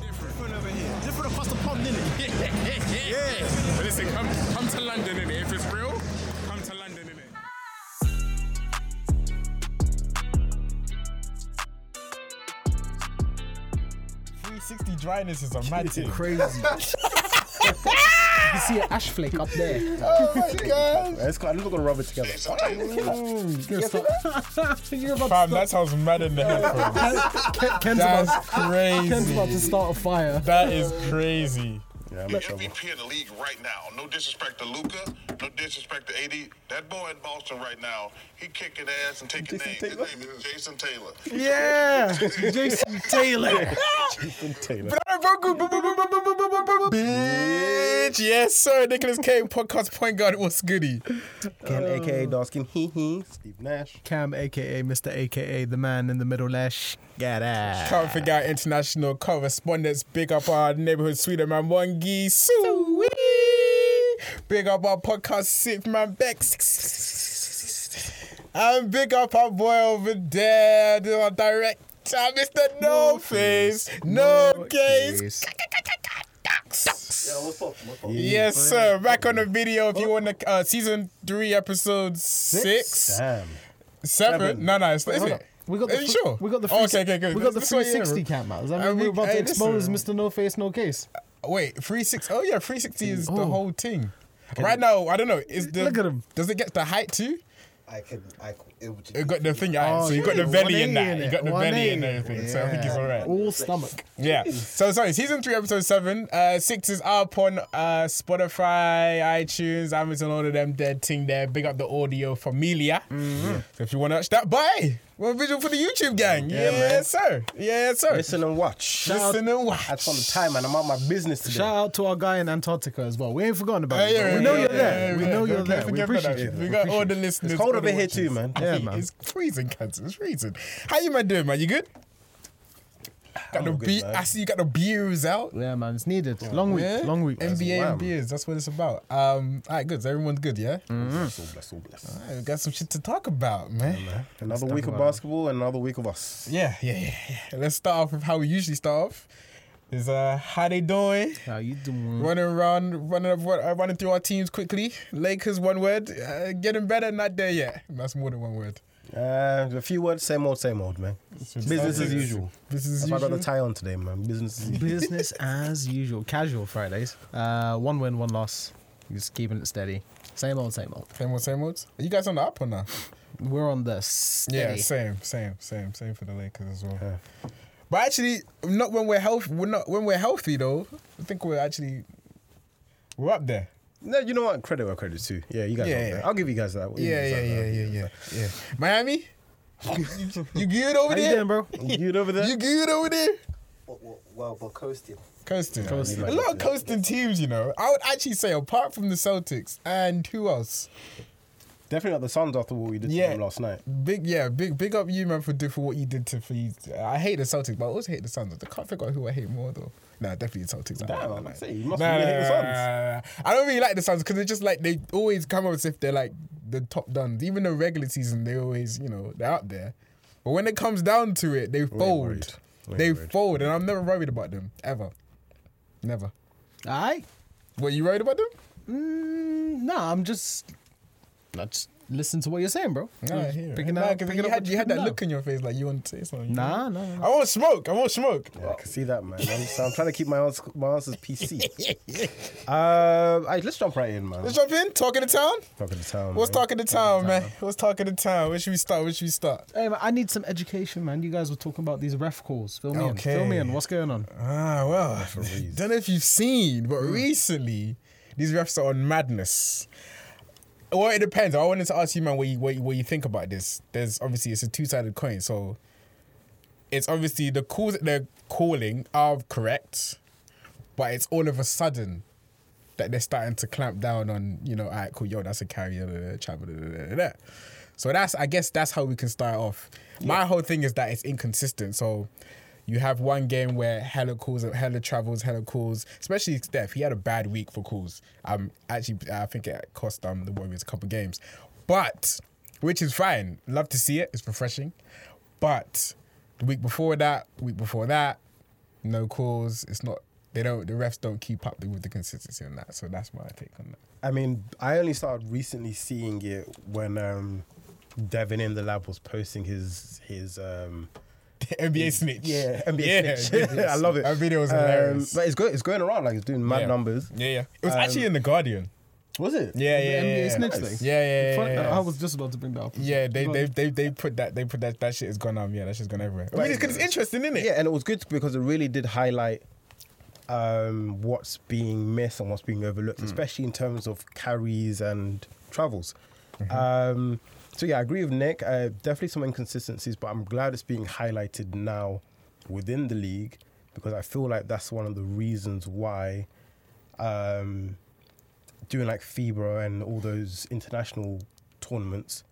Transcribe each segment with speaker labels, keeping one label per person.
Speaker 1: different over here.
Speaker 2: Different across the pond, didn't it?
Speaker 1: Yes.
Speaker 3: But listen, come come to London in If it's real, come to London in
Speaker 1: Three sixty dryness is a mad thing.
Speaker 4: Crazy.
Speaker 5: You see an ash flake up there.
Speaker 4: oh my gosh.
Speaker 2: It's got, I'm not gonna rub it together.
Speaker 5: Mm, You're about
Speaker 1: Fam, that sounds mad in the head, bro.
Speaker 5: Ken- Ken's, about,
Speaker 1: That's crazy.
Speaker 5: Ken's about to start a fire.
Speaker 1: That is crazy.
Speaker 2: Yeah, I'm
Speaker 6: The
Speaker 2: in trouble.
Speaker 6: MVP in the league right now. No disrespect to Luca. No disrespect to AD. That boy in Boston right now, he kicking ass and taking names.
Speaker 4: Taylor?
Speaker 6: His name is Jason Taylor.
Speaker 1: Yeah. Jason Taylor.
Speaker 2: Taylor.
Speaker 1: Bitch. Yes, sir. Nicholas K. Podcast Point Guard. What's goody?
Speaker 2: Ken, aka Darskin. Hee hee. Steve Nash.
Speaker 4: Cam, aka Mr. AKA, the man in the middle lash. Get out.
Speaker 1: Can't forget our international correspondents. Big up our neighborhood sweeter man, Wangi Sui. Big up our podcast sick man, Beck. And big up our boy over there, our director, Mr. No, Face, No, Case. Yes, sir. Back on the video if you want the uh, season three, episode six, seven.
Speaker 2: Damn.
Speaker 1: No, no, it's, is it?
Speaker 5: We got the
Speaker 1: Are you
Speaker 5: fr-
Speaker 1: sure?
Speaker 5: We got the
Speaker 1: Oh, okay,
Speaker 5: free,
Speaker 1: okay, good.
Speaker 5: We got the
Speaker 1: This is what you
Speaker 5: 360
Speaker 1: remember.
Speaker 5: camera. Does that
Speaker 1: And
Speaker 5: mean
Speaker 1: Uh, we-
Speaker 5: we're about
Speaker 1: hey,
Speaker 5: to expose
Speaker 1: listen. Uh,
Speaker 5: Mr. No Face No Case?
Speaker 1: Wait, three six. Oh yeah, three sixty is the
Speaker 5: Oh.
Speaker 1: whole thing. Right now, I don't know. Is the
Speaker 5: Look at him.
Speaker 1: Does it get the height too?
Speaker 7: I can, I, c- it would
Speaker 1: It got the thing. yeah,
Speaker 5: Oh,
Speaker 1: so you got
Speaker 5: yeah,
Speaker 1: the belly in
Speaker 5: 180
Speaker 1: that.
Speaker 5: in
Speaker 1: You
Speaker 5: it,
Speaker 1: got the belly and
Speaker 5: 180.
Speaker 1: everything. So I think it's
Speaker 5: Yeah.
Speaker 1: alright.
Speaker 5: All stomach.
Speaker 1: Yeah. So sorry, season three, episode seven. Uh, six is up on uh Spotify, iTunes, Amazon, all of them dead thing there. Big up the audio familia.
Speaker 5: Mm-hmm.
Speaker 1: So if you want to watch that, bye. Well, visual for the YouTube gang. Yeah, sir. Yeah, sir. Listen,
Speaker 2: Listen and watch.
Speaker 1: and watch.
Speaker 2: That's on the time, man. I'm out my business today.
Speaker 5: Shout out to our guy in Antarctica as well. We ain't forgotten about
Speaker 1: Yeah, Uh,
Speaker 5: you.
Speaker 1: yeah,
Speaker 5: bro.
Speaker 1: yeah,
Speaker 5: we know
Speaker 1: yeah,
Speaker 5: you're
Speaker 1: yeah,
Speaker 5: there.
Speaker 1: yeah,
Speaker 5: we
Speaker 1: yeah.
Speaker 5: know you're
Speaker 1: Don't
Speaker 5: there.
Speaker 1: forget
Speaker 5: We
Speaker 1: about
Speaker 5: appreciate
Speaker 1: that.
Speaker 5: you.
Speaker 1: We got all the listeners.
Speaker 2: It's cold
Speaker 1: all the
Speaker 2: over here
Speaker 1: watchers.
Speaker 2: too, man.
Speaker 5: Yeah,
Speaker 1: Hey,
Speaker 5: man.
Speaker 1: It's freezing, cancer. It's freezing. How you man doing, man? You good? Got the
Speaker 2: all good,
Speaker 1: be-
Speaker 2: man.
Speaker 1: I see you got the beers out.
Speaker 5: Yeah, man, it's needed. Long week,
Speaker 1: Yeah?
Speaker 5: long week.
Speaker 1: NBA
Speaker 2: Wow.
Speaker 1: and beers. That's what it's about. Um, all right, good. So everyone's good, yeah.
Speaker 5: Mm.
Speaker 2: Bless, all Mm. bless, all bless.
Speaker 1: Mm. All right, we got some shit to talk about, man.
Speaker 2: Another week of basketball and another week of us.
Speaker 1: Yeah, yeah, yeah, yeah. Let's start off with how we usually start off. Is uh, how they doing?
Speaker 5: How you doing?
Speaker 1: Running around, running up, run- uh, running through our teams quickly. Lakers, one word. Uh, getting better, not there yet. That's more than one word.
Speaker 2: Uh, a few words, same old, same old, man. Business as usual.
Speaker 1: Business as
Speaker 2: Have I
Speaker 1: usual.
Speaker 2: got the tie on today, man? Business as usual.
Speaker 5: Business as usual. Casual Fridays. Uh, one win, one loss. Just keeping it steady. Same old, same old.
Speaker 1: Same old, same old. Are you guys on the up or not?
Speaker 5: We're on the
Speaker 1: Yeah,
Speaker 5: steady.
Speaker 1: same, same, same, same for the Lakers as well. But actually, not when we're healthy. We're not when we're healthy though. I think we're actually we're up there.
Speaker 2: No, you know what? Credit where credit's due. Yeah, you guys.
Speaker 1: Yeah,
Speaker 2: are up
Speaker 1: yeah.
Speaker 2: there. I'll give you guys that. I'll give you
Speaker 1: Yeah,
Speaker 2: guys
Speaker 1: yeah,
Speaker 2: that.
Speaker 1: yeah, yeah, yeah, yeah. Miami, you, you good over
Speaker 5: How you
Speaker 1: there?
Speaker 5: doing, bro?
Speaker 2: You over there?
Speaker 1: You good over there?
Speaker 7: Well, well, well, well, coasting.
Speaker 1: Coasting.
Speaker 2: Coasting.
Speaker 1: A lot of coasting teams, you know. I would actually say, apart from the Celtics and who else?
Speaker 2: Definitely not the Suns after what we did
Speaker 1: Yeah.
Speaker 2: to them last night.
Speaker 1: Big, yeah, big, big up you, man, for do- for what you did to for you. I hate the Celtics, but I also hate the Suns. I can't figure out who I hate more though. Nah, definitely the Celtics.
Speaker 2: Damn, I
Speaker 1: Nah,
Speaker 2: was
Speaker 1: nah,
Speaker 2: gonna
Speaker 1: nah.
Speaker 2: say, you must
Speaker 1: Nah,
Speaker 2: really hate the
Speaker 1: nah, nah,
Speaker 2: Suns.
Speaker 1: nah, nah, nah. I don't really like the Suns because it's just like they always come up as if they're like the top dons. Even the regular season, they always, you know, they're out there. But when it comes down to it, they
Speaker 2: worried.
Speaker 1: fold.
Speaker 2: We ain't
Speaker 1: They
Speaker 2: worried.
Speaker 1: fold, and I'm never worried about them ever, never.
Speaker 5: Aye.
Speaker 1: Were you worried about them?
Speaker 5: Mm, nah, I'm just. I just listen to what you're saying, bro.
Speaker 1: No, I hear it.
Speaker 5: Picking
Speaker 1: Nah,
Speaker 5: up-
Speaker 1: 'cause
Speaker 5: picking
Speaker 1: you
Speaker 5: up
Speaker 1: had,
Speaker 5: what
Speaker 1: you had
Speaker 5: you
Speaker 1: that
Speaker 5: know.
Speaker 1: look in your face like you want to say something.
Speaker 5: Nah, nah, nah.
Speaker 1: I won't smoke. I won't smoke.
Speaker 2: Yeah, I can see that, man. I'm, so I'm trying to keep my answer, my answers PC. uh, all right, let's jump right in, man.
Speaker 1: Let's jump in. Talking to town.
Speaker 2: Talking to town.
Speaker 1: What's
Speaker 2: man.
Speaker 1: talking to town, man? What's talking to town? Where should we start? Where should we start?
Speaker 5: Hey, man, I need some education, man. You guys were talking about these ref calls. Fill me
Speaker 1: Okay.
Speaker 5: in. Fill me in. What's going on?
Speaker 1: Ah, well, Mm. don't know if you've seen, but recently these refs are on madness. Well, it depends. I wanted to ask you, man, what you what you, what you think about this. There's obviously it's a two sided coin, so it's obviously the calls that they're calling are correct, but it's all of a sudden that they're starting to clamp down on you know, all right, cool, yo, that's a carry, da, da, da, trap, da, da, da, da, da. So that's I guess that's how we can start off. My whole thing is that it's inconsistent. So you have one game where hella calls, hella travels, hella calls. Especially Steph, he had a bad week for calls. Um, actually, I think it cost um the Warriors a couple games, but which is fine. Love to see it. It's refreshing, but the week before that, week before that, no calls. It's not They don't. The refs don't keep up with the consistency on that. So that's my take on that.
Speaker 2: I mean, I only started recently seeing it when um, Devin in the lab was posting his his um,
Speaker 1: NBA snitch.
Speaker 2: yeah NBA snitch. I love it.
Speaker 1: That video was
Speaker 2: Um,
Speaker 1: hilarious.
Speaker 2: but it's going it's going around like it's doing mad
Speaker 1: Yeah.
Speaker 2: numbers.
Speaker 1: Yeah, yeah. It was actually in the Guardian.
Speaker 2: Was it?
Speaker 1: Yeah, yeah, yeah.
Speaker 5: NBA
Speaker 1: yeah.
Speaker 5: snitch thing?
Speaker 1: Yeah, yeah, yeah.
Speaker 5: Funny-
Speaker 1: yeah, yeah.
Speaker 5: I was just about to bring that up.
Speaker 1: Yeah, they they they they put that they put that that shit is gone um yeah that shit's gone everywhere. I mean, it's, 'cause it's interesting, isn't it?
Speaker 2: Yeah, and it was good because it really did highlight um, what's being missed and what's being overlooked,
Speaker 1: Hmm.
Speaker 2: especially in terms of carries and travels.
Speaker 1: Mm-hmm.
Speaker 2: Um, so yeah, I agree with Nick. Uh, definitely some inconsistencies, but I'm glad it's being highlighted now within the league because I feel like that's one of the reasons why um, doing like FIBA and all those international tournaments,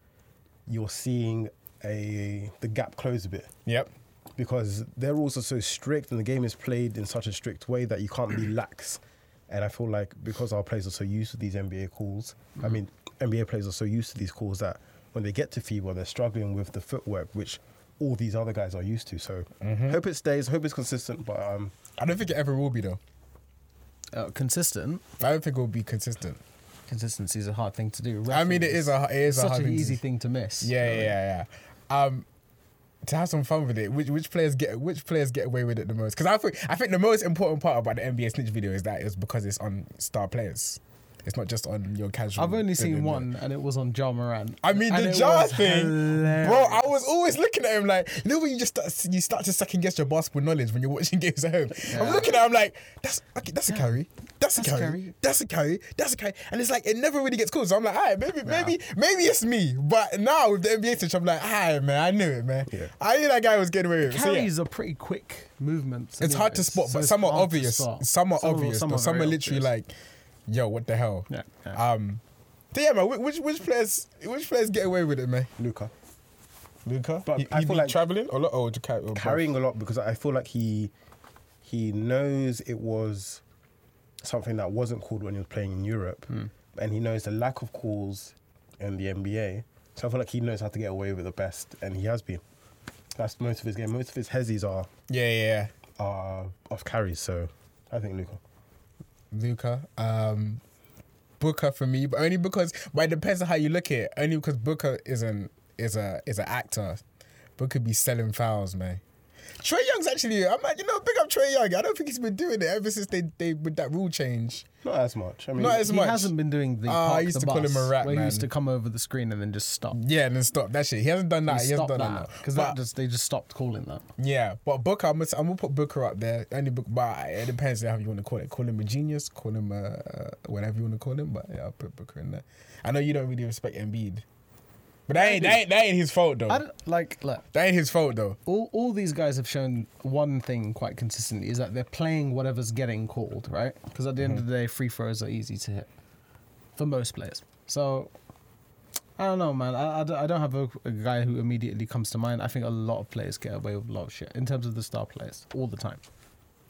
Speaker 2: you're seeing a the gap close a bit
Speaker 1: Yep.
Speaker 2: because they're also so strict and the game is played in such a strict way that you can't be lax. And I feel like because our players are so used to these NBA calls, I mean, NBA players are so used to these calls that when they get to FIBA, they're struggling with the footwork, which all these other guys are used to. So hope it stays, hope it's consistent, but um,
Speaker 1: I don't think it ever will be though.
Speaker 5: Uh, consistent.
Speaker 1: I don't think it will be consistent.
Speaker 5: Consistency is a hard thing to do.
Speaker 1: I mean, it is a it is a
Speaker 5: such
Speaker 1: hard
Speaker 5: an
Speaker 1: thing to-
Speaker 5: easy thing to miss.
Speaker 1: Yeah, yeah, yeah, yeah. Um, to have some fun with it, which which players get which players get away with it the most? Because I think I think the most important part about the NBA snitch video is that it's because it's on star players. It's not just on your casual.
Speaker 5: I've only
Speaker 1: da- da-
Speaker 5: seen
Speaker 1: da.
Speaker 5: one, and it was on John Moran.
Speaker 1: I mean the jar thing, bro. I was always looking at him like, you know, when you just start, you start to second guess your basketball knowledge when you're watching games at home. I'm looking at him like, that's okay, that's a carry, that's, a carry, that's a carry, that's a carry, and it's like it never really gets cool. So I'm like, alright, maybe, maybe, maybe it's me. But now with the NBA switch, I'm like, alright, man, I knew it, man.
Speaker 2: Yeah.
Speaker 1: I knew that guy was getting away with it. So, yeah.
Speaker 5: Carries are pretty quick movements.
Speaker 1: It's hard to
Speaker 5: anyways,
Speaker 1: spot,
Speaker 5: so
Speaker 1: but
Speaker 5: it's
Speaker 1: some are
Speaker 5: hard to
Speaker 1: obvious.
Speaker 5: spot.
Speaker 1: Some are obvious.
Speaker 5: some
Speaker 1: Some are, some are
Speaker 5: very
Speaker 1: literally
Speaker 5: obvious.
Speaker 1: like, yo, what the hell?
Speaker 5: Yeah, yeah.
Speaker 1: Um, so yeah, man. whi- Which which players which players get away with it, man?
Speaker 2: Luca.
Speaker 1: Luca,
Speaker 2: But
Speaker 1: he,
Speaker 2: I
Speaker 1: he
Speaker 2: feel
Speaker 1: be
Speaker 2: like-
Speaker 1: traveling a lot. Or Oh, to carry, or
Speaker 2: Carrying a lot because I feel like he he knows it was something that wasn't called when he was playing in Europe, and he knows the lack of calls in the NBA. So I feel like he knows how to get away with the best, and he has been. That's most of his game. Most of his hezzies are
Speaker 1: Yeah, yeah, yeah.
Speaker 2: are off carries. So I think Luca.
Speaker 1: Luca, um, Booker for me, but only because. But it depends on how you look at it. Only because Booker isn't is a is an actor. Booker be selling fouls, man. Trey Young's actually. I'm like, you know, big up Trey Young. I don't think he's been doing it ever since they they with that rule change.
Speaker 2: Not as much. I mean,
Speaker 1: Not as
Speaker 5: he
Speaker 1: much.
Speaker 5: hasn't been doing the.
Speaker 1: Ah, I
Speaker 5: park
Speaker 1: used
Speaker 5: the
Speaker 1: to call him
Speaker 5: bus,
Speaker 1: a rat,
Speaker 5: Where he
Speaker 1: man.
Speaker 5: used to come over the screen and then just stop.
Speaker 1: Yeah, and then stop that shit. He hasn't done that. He,
Speaker 5: He
Speaker 1: hasn't
Speaker 5: stopped
Speaker 1: done
Speaker 5: that
Speaker 1: that.
Speaker 5: because
Speaker 1: But-
Speaker 5: that just they just stopped calling that.
Speaker 1: Yeah, but Booker, I'm gonna, I'm gonna put Booker up there. Only book, but it depends on how you want to call it. Call him a genius, call him a uh, whatever you want to call him. But yeah, I'll put Booker in there. I know you don't really respect Embiid, but that ain't that ain't, that ain't his fault though.
Speaker 5: I don't like look.
Speaker 1: That ain't his fault though.
Speaker 5: all, all these guys have shown one thing quite consistently is that they're playing whatever's getting called, right? Because at the end of
Speaker 2: Mm-hmm.
Speaker 5: the day, free throws are easy to hit for most players. So I don't know, man. I, I, don't, I don't have a, a guy who immediately comes to mind. I think a lot of players get away with a lot of shit in terms of the star players all the time.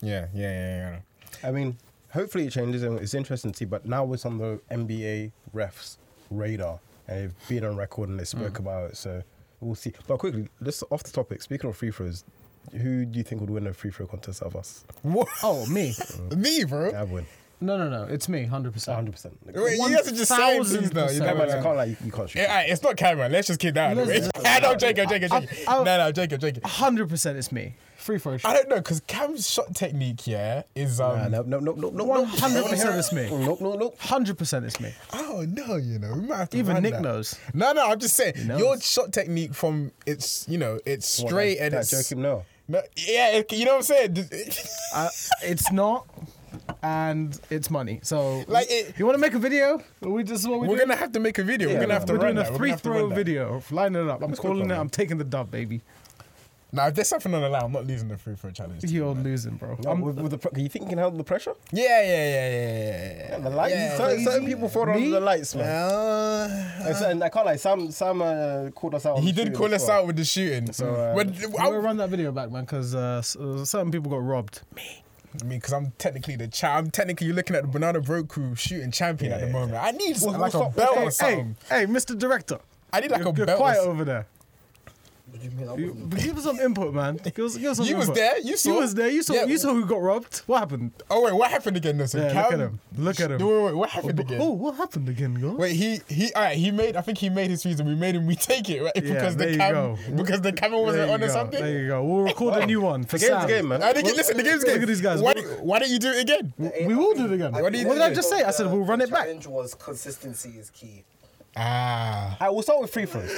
Speaker 1: Yeah, yeah, yeah, yeah.
Speaker 2: I mean, hopefully it changes and it's interesting to see. But now it's on the NBA refs radar and they've been on record and they spoke about it. So we'll see. But quickly, just off the topic. Speaking of free throws, who do you think would win a free throw contest of us?
Speaker 1: What?
Speaker 5: Oh, me?
Speaker 1: Me, bro.
Speaker 2: I win,
Speaker 5: no, no, no. It's me, hundred percent.
Speaker 2: hundred percent.
Speaker 1: Wait, you guys are just saying things now. You
Speaker 2: I
Speaker 1: know,
Speaker 5: Cameron,
Speaker 1: man.
Speaker 2: can't like you can't shoot.
Speaker 1: Yeah, alright, it's not Cameron. Let's just keep that out of the way.
Speaker 5: Let's-
Speaker 1: I know Jacob, Jacob,
Speaker 5: I-
Speaker 1: Jacob.
Speaker 5: I-
Speaker 1: No, no, Jacob, Jacob.
Speaker 5: Hundred percent, it's me. Free throw.
Speaker 1: I don't know because Cam's shot technique, yeah, is um.
Speaker 2: Nah, no, no, no, no, no,
Speaker 5: One
Speaker 2: no.
Speaker 5: hundred percent, it's me.
Speaker 2: Nope, no, nope.
Speaker 5: Hundred percent, it's me.
Speaker 1: I don't know, Oh, you know. We might have to
Speaker 5: Even
Speaker 1: run
Speaker 5: Nick
Speaker 1: that.
Speaker 5: knows.
Speaker 1: No, no, I'm just saying
Speaker 5: knows.
Speaker 1: your shot technique from it's you know it's
Speaker 2: What,
Speaker 1: straight
Speaker 2: that-
Speaker 1: and
Speaker 2: that
Speaker 1: it's
Speaker 2: joke him no.
Speaker 1: No, yeah, it- you know what I'm saying.
Speaker 5: Uh, it's not, and it's money. So,
Speaker 1: Like it-
Speaker 5: you want to make a video? We just what we
Speaker 1: We're
Speaker 5: do?
Speaker 1: gonna have to make a video. we're gonna have to
Speaker 5: We're
Speaker 1: run
Speaker 5: doing a
Speaker 1: that. We're
Speaker 5: three
Speaker 1: gonna have to
Speaker 5: throw
Speaker 1: run that.
Speaker 5: video, of lining it up. I'm
Speaker 2: That's no
Speaker 5: calling it.
Speaker 2: problem.
Speaker 5: I'm taking the dub, baby.
Speaker 1: Now, if there's something on the line, I'm not losing the free throw challenge. Yeah,
Speaker 5: You're losing, bro.
Speaker 2: No,
Speaker 1: Um,
Speaker 5: I'm-
Speaker 2: with, with the, pre- you think you can handle the pressure?
Speaker 1: yeah, yeah, yeah, yeah, yeah. yeah.
Speaker 2: The lights.
Speaker 1: Yeah,
Speaker 2: certain, certain
Speaker 1: crazy.
Speaker 2: people fall under the lights, man.
Speaker 1: Uh,
Speaker 2: And, so, and I can't like Sam. Sam uh, called us out. on
Speaker 1: he
Speaker 2: the
Speaker 1: did
Speaker 2: shooting
Speaker 1: call
Speaker 2: as
Speaker 1: us
Speaker 2: well.
Speaker 1: out with the shooting. So,
Speaker 2: uh,
Speaker 1: but
Speaker 5: I'm gonna run that video back, man, because uh, s- uh, certain people got robbed.
Speaker 1: I mean, because I'm technically the cha- I'm technically you're looking at the Banana Bro Crew shooting champion at the moment. I need
Speaker 2: Well,
Speaker 1: like
Speaker 2: what's
Speaker 1: a
Speaker 2: up-
Speaker 1: belt
Speaker 2: hey,
Speaker 1: or
Speaker 5: hey,
Speaker 1: something.
Speaker 5: hey, Mr. Director,
Speaker 1: I need like
Speaker 5: you're,
Speaker 1: a
Speaker 5: you're
Speaker 1: belt. or
Speaker 5: quiet
Speaker 1: something.
Speaker 5: over there.
Speaker 7: What do you mean? I
Speaker 5: You-
Speaker 7: wasn't-
Speaker 5: but give us some input, man. Give us, give us some
Speaker 1: You was
Speaker 5: input.
Speaker 1: there, you saw.
Speaker 5: You was there. You saw.
Speaker 1: Yeah.
Speaker 5: You saw who got robbed. What happened?
Speaker 1: Oh wait, what happened again? Though? So
Speaker 5: Yeah, look
Speaker 1: Cam-
Speaker 5: at him. Look at him.
Speaker 1: No, wait, wait, what happened again?
Speaker 5: Oh, what happened again, girl?
Speaker 1: Wait, he he. All right, he made. I think he made his reason. We made him retake it, right? because
Speaker 5: there
Speaker 1: the
Speaker 5: you
Speaker 1: cam,
Speaker 5: go.
Speaker 1: because the camera
Speaker 5: there
Speaker 1: wasn't
Speaker 5: you
Speaker 1: on or
Speaker 5: go.
Speaker 1: something.
Speaker 5: There you go. We'll record a new one for
Speaker 2: The game's
Speaker 5: Sam.
Speaker 2: the game, man.
Speaker 1: I didn't get- listen, the game's
Speaker 5: Look
Speaker 1: game.
Speaker 5: at these guys.
Speaker 1: Why,
Speaker 5: What-
Speaker 1: why don't you do it again?
Speaker 5: We will do it again.
Speaker 1: What do you
Speaker 5: what did I
Speaker 1: do?
Speaker 5: just say? I said
Speaker 7: The-
Speaker 5: we'll run
Speaker 7: the
Speaker 5: it back.
Speaker 7: Challenge was consistency is key.
Speaker 1: Ah,
Speaker 2: All right, we'll start with free throws.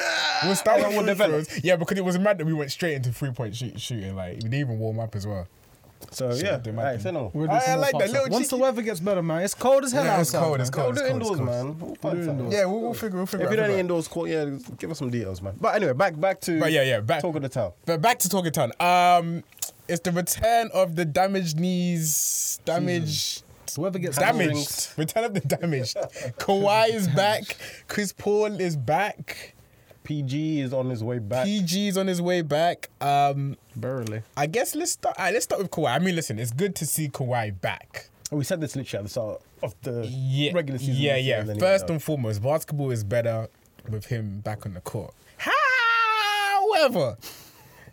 Speaker 1: we'll start with
Speaker 2: We'll
Speaker 1: free
Speaker 2: develop.
Speaker 1: throws. Yeah, because it was mad that we went straight into three point shoot, shooting. Like we didn't even warm up as well.
Speaker 2: So
Speaker 1: Shit,
Speaker 2: yeah,
Speaker 1: they
Speaker 2: all
Speaker 1: might
Speaker 2: right,
Speaker 1: be-
Speaker 2: send them.
Speaker 5: We'll do
Speaker 1: I- I
Speaker 5: some more
Speaker 1: like that
Speaker 5: pops up.
Speaker 1: little
Speaker 5: Once the
Speaker 1: cheeky-
Speaker 5: weather gets better, man, it's cold as hell
Speaker 1: Yeah, it's
Speaker 5: outside.
Speaker 1: cold. It's
Speaker 2: Go
Speaker 1: cold.
Speaker 2: do
Speaker 1: It's cold,
Speaker 2: indoors,
Speaker 1: it's cold.
Speaker 2: man. We'll find
Speaker 5: do
Speaker 2: something.
Speaker 5: indoors.
Speaker 1: Yeah, we'll, we'll figure. We'll figure.
Speaker 2: If
Speaker 1: out,
Speaker 2: you
Speaker 1: figure
Speaker 2: don't
Speaker 1: out.
Speaker 2: need indoors court, yeah, give us some details, man. But anyway, back back to
Speaker 1: But yeah, yeah, back
Speaker 2: talk of the town.
Speaker 1: But back to Talking Town. Um, it's the return of the damaged knees, damaged.
Speaker 5: Whoever gets
Speaker 1: Damaged.
Speaker 2: hamstrings.
Speaker 1: Return of the damaged. Kawhi is back. Chris Paul is back.
Speaker 2: PG is on his way back.
Speaker 1: PG's on his way back. Um,
Speaker 5: Barely.
Speaker 1: I guess let's start. alright, let's start with Kawhi. I mean, listen, it's good to see Kawhi back.
Speaker 2: And Oh, we said this literally at the start of the
Speaker 1: Yeah,
Speaker 2: regular season.
Speaker 1: Yeah,
Speaker 2: this year,
Speaker 1: yeah.
Speaker 2: and then he
Speaker 1: First
Speaker 2: went
Speaker 1: and
Speaker 2: out.
Speaker 1: foremost, basketball is better with him back on the court. However,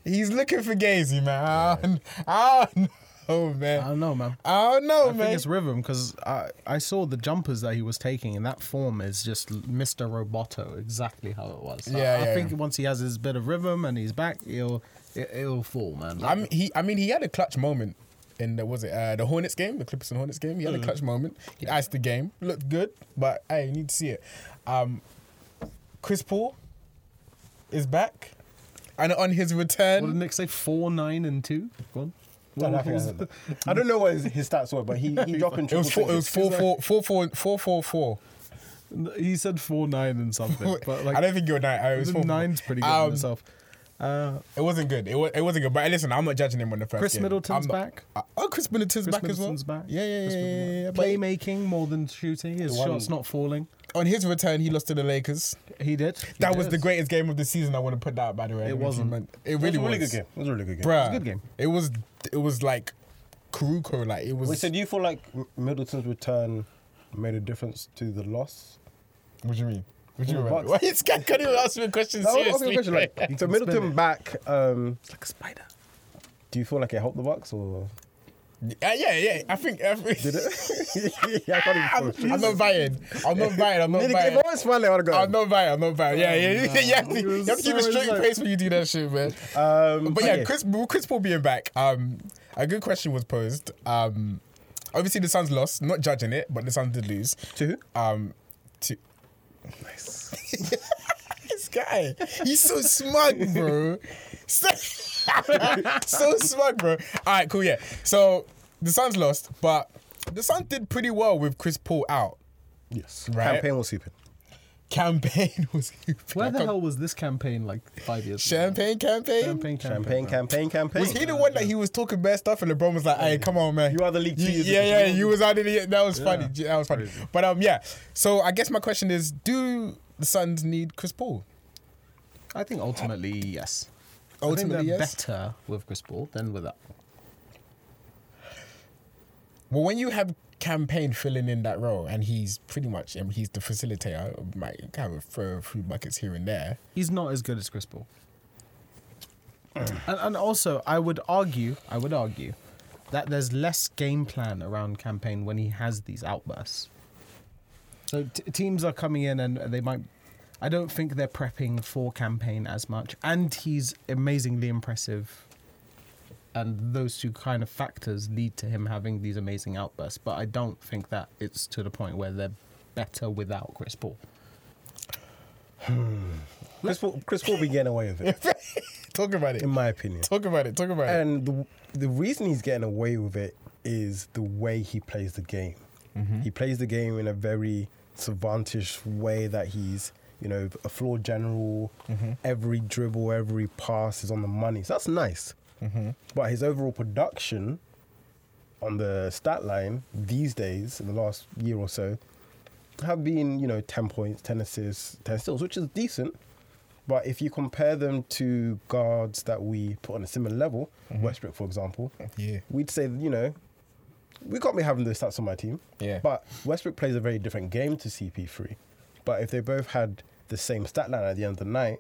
Speaker 1: he's looking for Gazy, man. I don't- I don't know, man.
Speaker 5: I don't know, man.
Speaker 1: I don't know,
Speaker 5: I
Speaker 1: man.
Speaker 5: think it's rhythm because I, I saw the jumpers that he was taking, and that form is just Mr. Roboto, exactly how it was.
Speaker 1: Yeah,
Speaker 5: I- I,
Speaker 1: yeah,
Speaker 5: think
Speaker 1: yeah.
Speaker 5: once he has his bit of rhythm and he's back, he'll it, it'll fall, man.
Speaker 1: I mean, he. I mean, he had a clutch moment in the was it uh, the Hornets game, the Clippers and Hornets game. He had
Speaker 2: Mm.
Speaker 1: a clutch moment. He iced the game, looked good, but hey, you need to see it. Um, Chris Paul is back, and on his
Speaker 5: what did
Speaker 1: return,
Speaker 5: Nick say? Four, nine, and two. Go on.
Speaker 2: No, no, I, think I, said that. I don't know what his, his stats were, but he, he dropped in
Speaker 1: it
Speaker 2: triple
Speaker 1: was four. It was
Speaker 2: figures.
Speaker 1: four, four, four, four, four, four, four.
Speaker 5: He said four, nine, and something. But like,
Speaker 1: I don't think you're nine. uh, It was
Speaker 5: the
Speaker 1: four.
Speaker 5: nine's pretty good in
Speaker 1: Um,
Speaker 5: itself.
Speaker 1: It wasn't good. It, was, it wasn't good. But listen, I'm not judging him on the first.
Speaker 5: Chris
Speaker 1: game.
Speaker 5: Middleton's
Speaker 1: I'm not-
Speaker 5: back.
Speaker 1: Uh, oh, Chris Middleton's
Speaker 5: Chris
Speaker 1: back
Speaker 5: Middleton's
Speaker 1: as well.
Speaker 5: back.
Speaker 1: Yeah, yeah,
Speaker 5: Chris
Speaker 1: yeah, yeah, yeah, Oh,
Speaker 5: Middleton.
Speaker 1: yeah. But
Speaker 5: Playmaking more than shooting. His
Speaker 2: One-
Speaker 5: shot's not falling.
Speaker 1: on his return, he lost to the Lakers.
Speaker 5: He did. He
Speaker 1: That was
Speaker 5: did.
Speaker 1: the greatest game of the season. I want to put that out, by the way. I
Speaker 5: It
Speaker 1: don't know if you
Speaker 5: wasn't.
Speaker 1: meant- It
Speaker 2: It was
Speaker 1: really
Speaker 2: a really
Speaker 1: was.
Speaker 2: good game. It was a really good game.
Speaker 1: Bruh,
Speaker 5: a good game.
Speaker 1: It was. It was like Karuko. Like it was.
Speaker 2: Wait, so do you feel like Middleton's return made a difference to the loss?
Speaker 1: what do you mean? What do you
Speaker 2: Well,
Speaker 1: mean? Why
Speaker 2: but-
Speaker 1: you can't can't even ask me a question seriously?
Speaker 2: Like, so Middleton back. Um,
Speaker 5: It's like a spider.
Speaker 2: do you feel like it helped the Bucks or
Speaker 1: Uh, yeah, yeah. I think. I think
Speaker 2: did it? yeah, I
Speaker 1: I'm,
Speaker 2: can't even.
Speaker 1: I'm not buying. I'm not buying. I'm not
Speaker 2: If
Speaker 1: buying.
Speaker 2: I was smiling, I would
Speaker 1: I'm
Speaker 2: have
Speaker 1: not buying. I'm not buying. Yeah, yeah. yeah. You have to, you have to keep a
Speaker 5: so
Speaker 1: straight
Speaker 5: excited.
Speaker 1: face when you do that shit, man.
Speaker 2: gone. Um,
Speaker 1: But yeah, Chris Chris Paul being back. Um, a good question was posed. Um, obviously the Suns lost. Not judging it, but the Suns did lose.
Speaker 2: To who?
Speaker 1: Um, to nice. this guy, he's so smug, bro. So, so smug, bro. All right, cool. Yeah. So the Suns lost, but the Suns did pretty well with Chris Paul out.
Speaker 2: Yes.
Speaker 1: Right.
Speaker 2: Campaign was super.
Speaker 1: Campaign was
Speaker 5: Where the hell was this campaign like five years ago?
Speaker 1: Champagne campaign.
Speaker 5: Champagne,
Speaker 2: Campaign, campaign, campaign.
Speaker 1: Was he the one that he was talking bad stuff and LeBron was like, "Hey, come on, man,
Speaker 2: You are the league
Speaker 1: You-
Speaker 2: two years
Speaker 1: yeah,
Speaker 2: ago.
Speaker 1: yeah, you was out in the that was funny, that was funny. But um, yeah. So I guess my question is, do the Suns need Chris Paul?
Speaker 5: I think ultimately yes. I
Speaker 1: Ultimately,
Speaker 5: think they're
Speaker 1: yes.
Speaker 5: better with Chris Paul than without.
Speaker 1: Well, when you have campaign filling in that role and he's pretty much I mean, he's the facilitator, might kind of throw a few buckets here and there.
Speaker 5: He's not as good as Chris Paul. and, and also, I would argue, I would argue, that there's less game plan around campaign when he has these outbursts. So t- teams are coming in and they might. I don't think they're prepping for campaign as much, and he's amazingly impressive. And those two kind of factors lead to him having these amazing outbursts. But I don't think that it's to the point where they're better without Chris Paul.
Speaker 2: Chris Paul, Chris Paul be getting away with it,
Speaker 1: Talk about it.
Speaker 2: in my opinion.
Speaker 1: Talk about it. Talk about it.
Speaker 2: And the, the reason he's getting away with it is the way he plays the game. He plays the game in a very savantish way that he's, you know, a floor general. Every dribble, every pass is on the money. So that's nice. But his overall production on the stat line these days, in the last year or so, have been, you know, 10 points, 10 assists, 10 steals, which is decent. But if you compare them to guards that we put on a similar level, Westbrook, for example,
Speaker 1: Yeah.
Speaker 2: we'd say, you know, we can't be having those stats on my team.
Speaker 1: Yeah.
Speaker 2: But Westbrook plays a very different game to CP3. But if they both had the same stat line at the end of the night,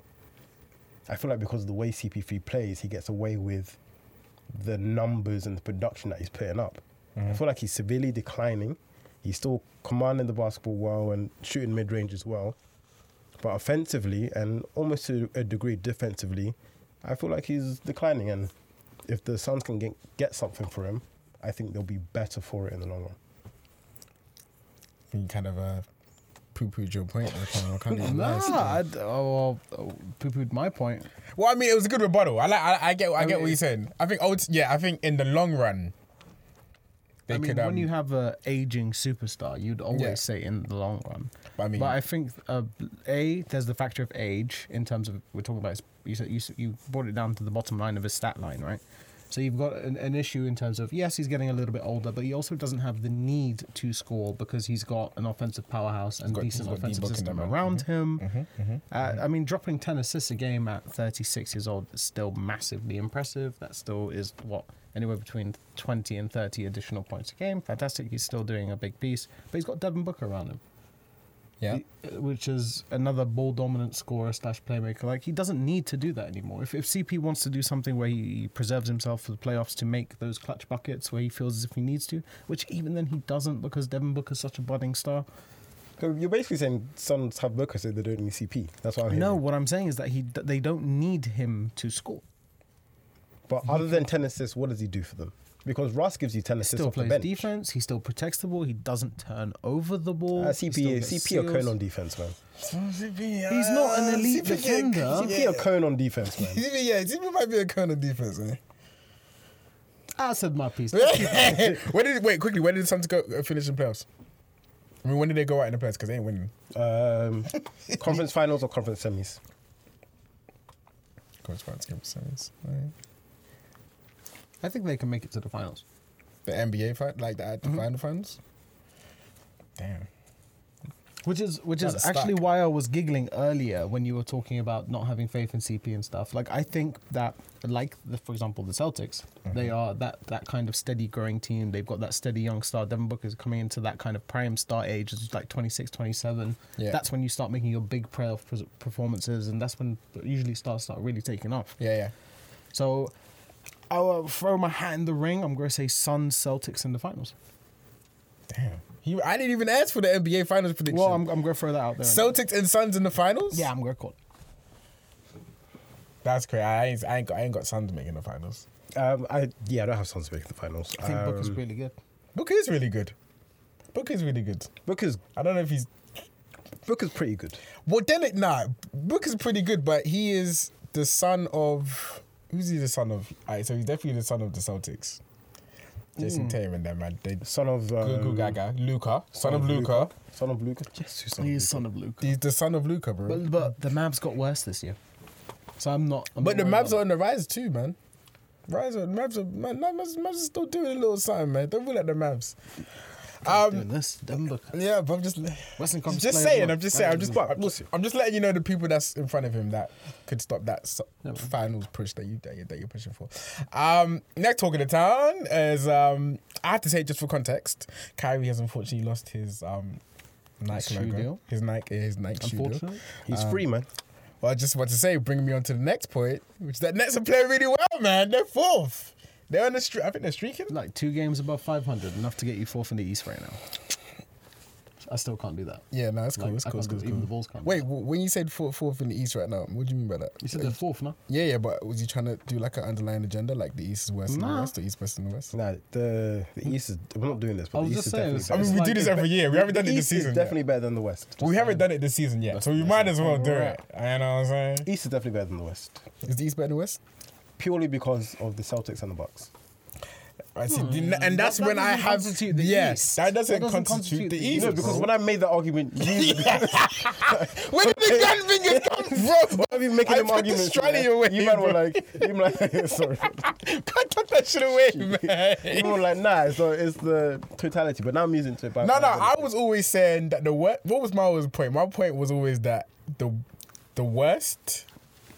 Speaker 2: I feel like because of the way CP3 plays, he gets away with the numbers and the production that he's putting up. I feel like he's severely declining. He's still commanding the basketball well and shooting mid range as well. But offensively and almost to a degree defensively, I feel like he's declining. And if the Suns can get, get something for him, I think they'll be better for it in the long run.
Speaker 1: You kind of uh, poo pooed your point. I can't, I can't even lie.
Speaker 5: Nah, I d- oh, well, oh, poo-pooed my point.
Speaker 1: Well, I mean, it was a good rebuttal. I like. I, I get. I, get
Speaker 5: mean-
Speaker 1: what you're saying. I think. Old, yeah, I think in the long run, they
Speaker 5: I mean,
Speaker 1: could. Um,
Speaker 5: when you have an aging superstar, you'd always
Speaker 1: Yeah.
Speaker 5: say in the long run.
Speaker 1: But I mean-
Speaker 5: think uh, a there's the factor of age in terms of we're talking about. his- You said you, s- you brought it down to the bottom line of his stat line, right? So you've got an, an issue in terms of yes, he's getting a little bit older, but he also doesn't have the need to score because he's got an offensive powerhouse and
Speaker 1: got- he's
Speaker 5: decent
Speaker 1: got
Speaker 5: offensive
Speaker 1: D-Book in
Speaker 5: system Mm-hmm.
Speaker 1: the man.
Speaker 5: around him. uh, I mean, dropping ten assists a game at 36 years old is still massively impressive. That still is what anywhere between 20 and 30 additional points a game. Fantastic. He's still doing a big piece, but he's got Devin Booker around him
Speaker 1: yeah.
Speaker 5: which is another ball dominant scorer slash playmaker. Like he doesn't need to do that anymore. If, if CP wants to do something where he preserves himself for the playoffs to make those clutch buckets where he feels as if he needs to, which even then he doesn't because Devin Booker's such a budding star.
Speaker 2: So you're basically saying Suns have Booker, so they don't need CP. That's what I'm hearing.
Speaker 5: No, what I'm saying is that he d- they don't need him to score.
Speaker 2: But other than ten assists, what does he do for them? Because Russ gives you ten
Speaker 5: He
Speaker 2: assists
Speaker 5: still
Speaker 2: off the
Speaker 5: plays
Speaker 2: bench.
Speaker 5: defense. He still protects the ball. He doesn't turn over the ball.
Speaker 2: Uh,
Speaker 5: He still
Speaker 2: CP,
Speaker 5: gets
Speaker 2: CP or
Speaker 5: steals.
Speaker 2: Cone on defense, man.
Speaker 1: He's
Speaker 5: not an elite defender.
Speaker 2: CP or Cone on defense, man.
Speaker 1: Yeah, CP might be a kind of defense, eh? man.
Speaker 5: I said my piece.
Speaker 1: where did wait quickly? Where did the Suns go uh, finish in playoffs? I mean, when did they go out in the playoffs? Because they ain't winning.
Speaker 2: Um, conference finals or conference semis?
Speaker 1: Coach Vance gave us semis, right?
Speaker 5: I think they can make it to the finals.
Speaker 1: The NBA fight, like the, at
Speaker 5: Mm-hmm.
Speaker 1: the final finals. Damn.
Speaker 5: Which is which is
Speaker 1: That's
Speaker 5: actually
Speaker 1: stacked.
Speaker 5: why I was giggling earlier when you were talking about not having faith in CP and stuff. Like I think that like the, for example the Celtics,
Speaker 1: Mm-hmm.
Speaker 5: they are that that kind of steady growing team. They've got that steady young star. Devin Booker's coming into that kind of prime star age, which is like 26, 27.
Speaker 1: Yeah.
Speaker 5: That's when you start making your big playoff pres- performances and that's when usually stars start really taking off.
Speaker 1: Yeah, yeah.
Speaker 5: So I'll throw my hat in the ring. I'm going to say Suns Celtics in the finals.
Speaker 1: Damn. He, I didn't even ask for the NBA finals prediction.
Speaker 5: Well, I'm, I'm going to throw that out there.
Speaker 1: Celtics and Suns in the finals.
Speaker 5: yeah, I'm going to call it.
Speaker 1: that's crazy. I ain't, I ain't got, I ain't got Suns making the finals.
Speaker 2: Um, I yeah, I don't have Suns to make the finals.
Speaker 5: I think
Speaker 2: um,
Speaker 5: Booker's really good.
Speaker 1: Booker is really good. Booker is really good.
Speaker 2: Booker's
Speaker 1: I don't know if he's.
Speaker 2: Booker's pretty good.
Speaker 1: Well, then it nah. Booker's pretty good, but he is the son of who's he the son of? Alright, so he's definitely the son of the Celtics. Jason Tatum and them, man. They
Speaker 2: Son of um,
Speaker 1: Google Gaga, Luca, son of Luca.
Speaker 2: Luka. Son of Luca. Yes, who's son
Speaker 5: He
Speaker 2: of
Speaker 5: is son of Luke.
Speaker 1: He's the son of Luca, bro. But,
Speaker 5: But, but the Mavs got worse this year. So I'm not. I'm
Speaker 1: the
Speaker 5: not worried
Speaker 1: Mavs are
Speaker 5: about
Speaker 1: on the rise too, man. Rise on Mavs, are, man. nah, Mavs, Mavs are still doing a little something, man. Don't rule out the Mavs.
Speaker 5: doing
Speaker 1: Um,
Speaker 5: this. Denver.
Speaker 1: yeah, but I'm just.
Speaker 5: Western
Speaker 1: I'm
Speaker 5: Conference
Speaker 1: just
Speaker 5: players
Speaker 1: saying.
Speaker 5: won.
Speaker 1: I'm just saying. I'm just.
Speaker 2: But
Speaker 1: I'm
Speaker 2: we'll
Speaker 1: just,
Speaker 2: see.
Speaker 1: I'm just letting you know the people that's in front of him that could stop that so-
Speaker 5: Yeah, man.
Speaker 1: finals push that you that you're, that you're pushing for. Um, next talk of the town is um, I have to say just for context, Kyrie has unfortunately lost his um, Nike
Speaker 5: shoe
Speaker 1: logo,
Speaker 5: deal.
Speaker 1: his Nike, his Nike shoe deal.
Speaker 5: Unfortunately.
Speaker 2: He's
Speaker 1: um,
Speaker 2: free, man.
Speaker 1: Well, I just want to say, bring me on to the next point, which is that Nets are playing really well, man. They're fourth. They're on the streak. I think they're streaking.
Speaker 5: Like two games above 500, enough to get you fourth in the East right now. I still can't do that.
Speaker 1: Yeah, no, that's cool.
Speaker 5: Like,
Speaker 1: That's
Speaker 5: I
Speaker 1: cool.
Speaker 5: can't
Speaker 1: That's cool.
Speaker 5: do it.
Speaker 1: that's
Speaker 5: Even
Speaker 1: cool.
Speaker 5: the Bulls can't do
Speaker 1: Wait,
Speaker 5: it.
Speaker 1: w- when you said fourth, fourth in the East right now, what do you mean by that?
Speaker 5: You said they're fourth, no?
Speaker 1: Yeah, yeah, but was you trying to do like an underlying agenda, like the East is worse than the
Speaker 5: Nah.
Speaker 1: West, the East worse than the West?
Speaker 2: Nah, the the East is. We're not doing this, but
Speaker 5: I was
Speaker 2: the East
Speaker 5: just
Speaker 2: is
Speaker 5: saying,
Speaker 2: definitely.
Speaker 5: it's-
Speaker 1: I
Speaker 2: better.
Speaker 1: mean, we
Speaker 5: like
Speaker 1: do this
Speaker 5: the-
Speaker 1: every year. We haven't done
Speaker 2: the
Speaker 1: it this
Speaker 2: East
Speaker 1: season.
Speaker 2: is
Speaker 1: yet.
Speaker 2: definitely better than the West.
Speaker 1: We haven't done it this season yet, so we might as well do it. You know what I'm saying?
Speaker 2: East is definitely better than the West,
Speaker 1: Is the East better than the West?
Speaker 2: purely because of the Celtics and the Bucks.
Speaker 1: I see, the- and that's
Speaker 5: Hmm. that
Speaker 1: when I
Speaker 5: doesn't
Speaker 1: have
Speaker 5: constitute the
Speaker 1: yes,
Speaker 5: East.
Speaker 1: that doesn't,
Speaker 5: That doesn't
Speaker 1: constitute,
Speaker 5: constitute
Speaker 1: the
Speaker 5: the
Speaker 1: East.
Speaker 5: East.
Speaker 2: No, because when I made that argument, you,
Speaker 1: Where did the gun fingers come from?
Speaker 2: I be making
Speaker 1: I
Speaker 2: them
Speaker 1: put the
Speaker 2: arguments.
Speaker 1: strategy
Speaker 2: man.
Speaker 1: away,
Speaker 2: you man were
Speaker 1: bro.
Speaker 2: like, you man, sorry.
Speaker 1: Can't tuck that shit away, man.
Speaker 2: You man were like, nah. So it's the totality, but now I'm using it. to-
Speaker 1: No, no, I was always saying that the worst. What was my always point? My point was always that the the worst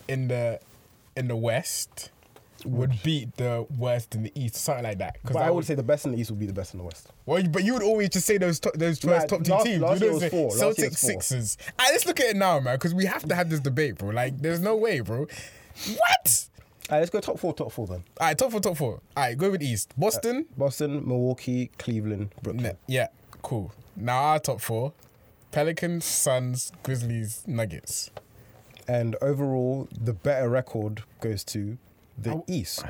Speaker 1: in the in the West would beat the worst in the East, something like that. Because
Speaker 2: But I would say the best in the East would be the best in the West.
Speaker 1: well, but you would always just say those top, those first top two
Speaker 2: last-
Speaker 1: teams.
Speaker 2: last
Speaker 1: you
Speaker 2: year
Speaker 1: don't
Speaker 2: was
Speaker 1: say
Speaker 2: four. Last year
Speaker 1: Celtics
Speaker 2: was four.
Speaker 1: sixes. Ah, let's look at it now, man, because we have to have this debate, bro. Like, there's no way, bro. What?
Speaker 2: All right, let's go top four, top four then.
Speaker 1: All right, top four, top four. All right, go with East. Boston.
Speaker 2: Boston, Milwaukee, Cleveland, Brooklyn.
Speaker 1: Ne- yeah, cool. Now our top four: Pelicans, Suns, Grizzlies, Nuggets.
Speaker 2: And overall, the better record goes to the East.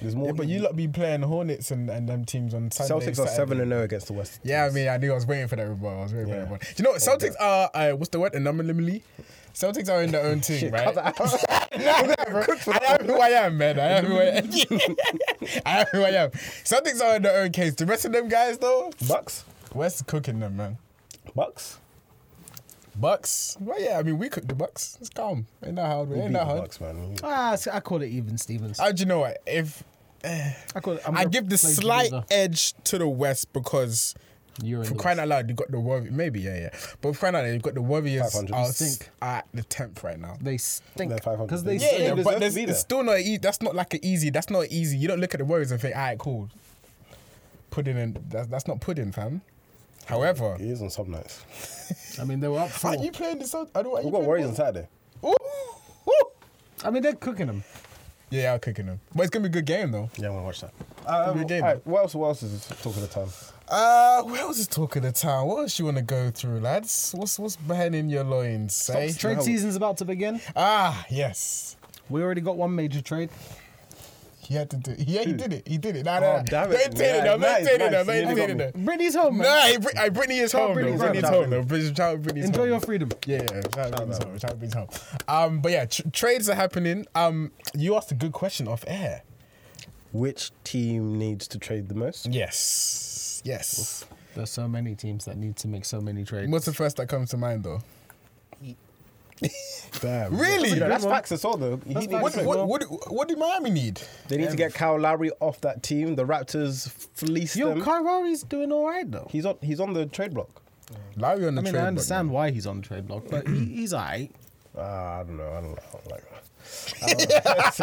Speaker 2: There's more.
Speaker 1: Yeah, but you lot be playing Hornets and, and them teams on Sunday.
Speaker 2: Celtics are
Speaker 1: Saturday.
Speaker 2: seven and zero against the West.
Speaker 1: Yeah, I mean, I knew I was waiting for that rebuttal. I was waiting
Speaker 2: Yeah.
Speaker 1: for that rebuttal. Do you know what? Celtics are uh, what's the word? Anomaly. Celtics are in their own team, right? I am who I am, man. I am who I am. I am who I am. Celtics are in their own case. The rest of them guys, though,
Speaker 2: Bucks,
Speaker 1: West cooking them, man.
Speaker 2: Bucks.
Speaker 1: Bucks. Well, yeah, I mean, we cooked the Bucks. It's calm. Ain't that hard?
Speaker 2: We
Speaker 1: Ain't
Speaker 2: beat the
Speaker 1: that hard?
Speaker 2: Bucks, man.
Speaker 5: Ah, so I call it even, Stevens. I,
Speaker 1: How do you know what? If
Speaker 5: call it, I'm
Speaker 1: I
Speaker 5: gonna
Speaker 1: give the
Speaker 5: play
Speaker 1: slight
Speaker 5: Jabeza.
Speaker 1: edge to the West because
Speaker 5: You're in
Speaker 1: for
Speaker 5: the
Speaker 1: crying
Speaker 5: West.
Speaker 1: out loud, you got the Warriors. Maybe, yeah, yeah. But for crying out loud, you got the Warriors
Speaker 2: 500.
Speaker 1: are
Speaker 5: Stink.
Speaker 1: at the tenth right now.
Speaker 5: They stink
Speaker 2: They're 500
Speaker 5: because they
Speaker 2: teams.
Speaker 1: Yeah,
Speaker 5: stink.
Speaker 2: they
Speaker 1: yeah,
Speaker 2: deserve
Speaker 1: but
Speaker 2: to
Speaker 1: there's,
Speaker 2: be there.
Speaker 1: it's still not easy. That's not like an easy. That's not easy. You don't look at the Warriors and think, all right, cool. Pudding and that's, that's not pudding, fam. However,
Speaker 2: It is on some nights.
Speaker 5: I mean, they were up
Speaker 1: are
Speaker 5: four.
Speaker 1: you playing this? I don't. Are you
Speaker 2: We've got
Speaker 1: playing
Speaker 2: Warriors on
Speaker 1: this-
Speaker 2: Saturday.
Speaker 1: Ooh, ooh.
Speaker 5: I mean, they're cooking them.
Speaker 1: Yeah, I'm kicking them. But it's gonna be a good game though.
Speaker 2: Yeah, I want to watch that. Um,
Speaker 1: Good game.
Speaker 2: all right, what else? What else is talking of the time?
Speaker 1: Uh, where else is talk of the town? What else you want to go through, lads? What's what's burning your loins? eh? Say
Speaker 5: Trade season's about to begin.
Speaker 1: ah yes.
Speaker 5: We already got one major trade.
Speaker 1: He had to do. Yeah, he did it. He did it. Nah, nah, nah.
Speaker 2: damn it.
Speaker 1: Maintain it.
Speaker 2: Yeah,
Speaker 1: though.
Speaker 2: nice,
Speaker 1: Maintain it. though.
Speaker 2: nice. You nearly
Speaker 1: Maintain
Speaker 2: got
Speaker 1: it.
Speaker 2: me.
Speaker 1: though.
Speaker 5: Brittany's home, man.
Speaker 1: Nah, Brit- I- Britney is home. though.
Speaker 5: Britney's home.
Speaker 1: Britney's
Speaker 5: Shout
Speaker 1: home. though. Brit- Shout out Britney's
Speaker 5: Enjoy
Speaker 1: home.
Speaker 5: your freedom.
Speaker 1: Yeah, yeah. Shout out Britney's home. Shout out Britney's home. Um, but yeah, tr- trades are happening. Um, you asked a good question off air.
Speaker 2: Which team needs to trade the most?
Speaker 1: Yes. Yes.
Speaker 5: There's so many teams that need to make so many trades.
Speaker 1: What's the first that comes to mind though?
Speaker 2: Damn.
Speaker 1: Really?
Speaker 2: You know, that's
Speaker 1: Good one.
Speaker 2: facts as well, though. He needs
Speaker 1: What,
Speaker 2: to-
Speaker 1: what, what, what did Miami need?
Speaker 2: They need to get Kyle Lowry off that team. The Raptors fleeced
Speaker 5: Yo,
Speaker 2: them.
Speaker 5: Kyrie's doing all right though.
Speaker 2: he's on. He's on the trade block.
Speaker 1: Larry on the
Speaker 5: I mean,
Speaker 1: trade
Speaker 5: I
Speaker 1: block,
Speaker 5: understand
Speaker 1: man.
Speaker 5: why he's on the trade block, but he, he's alright.
Speaker 2: Uh, I don't know. I don't, I don't like that. I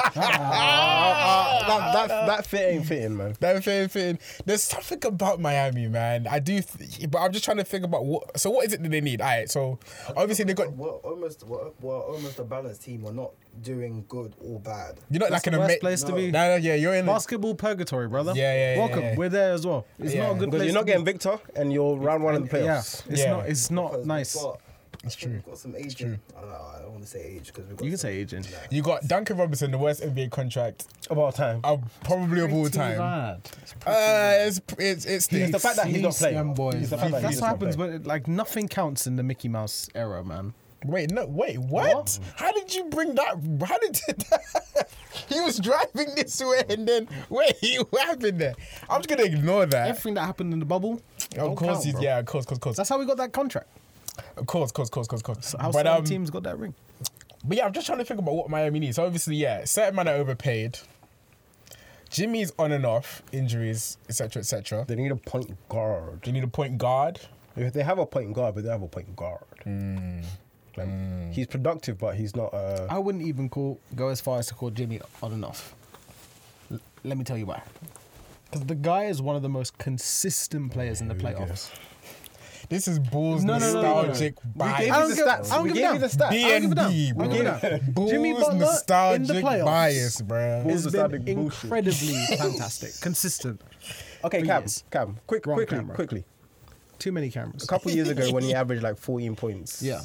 Speaker 2: don't know. Ah, that, that. That fit ain't fitting, man.
Speaker 1: That fair thing. There's something about Miami, man. I do, th- but I'm just trying to think about what. So what is it that they need? All right. So obviously they got.
Speaker 7: We're almost we're, we're almost a balanced team. We're not doing good or bad.
Speaker 1: You're not
Speaker 5: That's
Speaker 1: like
Speaker 5: the
Speaker 1: an
Speaker 5: worst
Speaker 1: ama-
Speaker 5: place to
Speaker 1: no.
Speaker 5: be.
Speaker 1: No, no, yeah, you're in. the-
Speaker 5: Basketball purgatory, brother.
Speaker 1: Yeah, yeah, yeah,
Speaker 5: Welcome.
Speaker 1: yeah.
Speaker 5: We're there as well. It's
Speaker 1: Yeah.
Speaker 5: not a good
Speaker 2: Because
Speaker 5: place.
Speaker 2: you're not
Speaker 5: to
Speaker 2: getting
Speaker 5: be.
Speaker 2: Victor, and you're round one of the
Speaker 5: Yeah,
Speaker 2: playoffs.
Speaker 5: it's
Speaker 1: Yeah.
Speaker 5: not. It's not nice.
Speaker 7: We've got,
Speaker 1: It's true.
Speaker 7: We've got some aging. I don't know. I don't want to say age because we've got.
Speaker 5: You can
Speaker 7: some-
Speaker 5: say agent.
Speaker 1: You got Duncan Robinson, the worst NBA contract
Speaker 2: About time.
Speaker 1: of probably of all
Speaker 5: Pretty
Speaker 1: time.
Speaker 5: bad.
Speaker 1: Uh, it's it's it's
Speaker 2: It's the
Speaker 1: the
Speaker 2: fact that he's not
Speaker 5: Fleece
Speaker 2: playing.
Speaker 5: them boys.
Speaker 2: It's the fact that
Speaker 5: That's
Speaker 2: he's
Speaker 5: what
Speaker 2: not
Speaker 5: happens,
Speaker 2: playing.
Speaker 5: but like nothing counts in the Mickey Mouse era, man.
Speaker 1: Wait, no, wait, what? How did you bring that? How did he was driving this way and then wait, what happened there? I'm just gonna ignore that.
Speaker 5: Everything that happened in the bubble.
Speaker 1: Of
Speaker 5: don't
Speaker 1: course,
Speaker 5: count,
Speaker 1: he's,
Speaker 5: bro.
Speaker 1: yeah, of course, of course,
Speaker 5: That's how we got that contract.
Speaker 1: of course, of course, of course, of course.
Speaker 5: How
Speaker 1: But
Speaker 5: some
Speaker 1: um,
Speaker 5: teams got that ring.
Speaker 1: But yeah, I'm just trying to think about what Miami needs. So obviously, yeah, certain man are overpaid. Jimmy's on and off injuries, etc., etc.
Speaker 2: They need a point guard.
Speaker 1: They need a point guard.
Speaker 2: If they have a point guard, but they have a point guard. Like, He's productive, but he's not. Uh,
Speaker 5: I wouldn't even call go as far as to call Jimmy on and off. L- let me tell you why. Because the guy is one of the most consistent players in the playoffs.
Speaker 1: This is Bulls
Speaker 5: No, no, no, no, no.
Speaker 1: nostalgic
Speaker 2: We gave
Speaker 5: I
Speaker 2: you
Speaker 5: don't
Speaker 1: bias.
Speaker 2: the
Speaker 5: give-
Speaker 2: stats.
Speaker 5: I don't
Speaker 2: we
Speaker 5: give a
Speaker 2: gave you the
Speaker 5: damn.
Speaker 2: stats.
Speaker 5: I don't give a damn.
Speaker 1: B&B,
Speaker 5: I don't give a
Speaker 1: bro.
Speaker 5: damn. Jimmy
Speaker 1: Bulls
Speaker 5: Butler in the
Speaker 1: nostalgic
Speaker 5: playoffs
Speaker 1: bias, bro.
Speaker 2: Bulls
Speaker 5: It's
Speaker 2: nostalgic
Speaker 5: been
Speaker 2: bullshit.
Speaker 5: incredibly fantastic, consistent.
Speaker 2: Okay,
Speaker 5: Three
Speaker 2: Cam,
Speaker 5: years.
Speaker 2: Cam, quick,
Speaker 5: Wrong
Speaker 2: quickly,
Speaker 5: camera.
Speaker 2: quickly.
Speaker 5: Too many cameras.
Speaker 2: A couple years ago, when he averaged like 14 points,
Speaker 5: Yeah.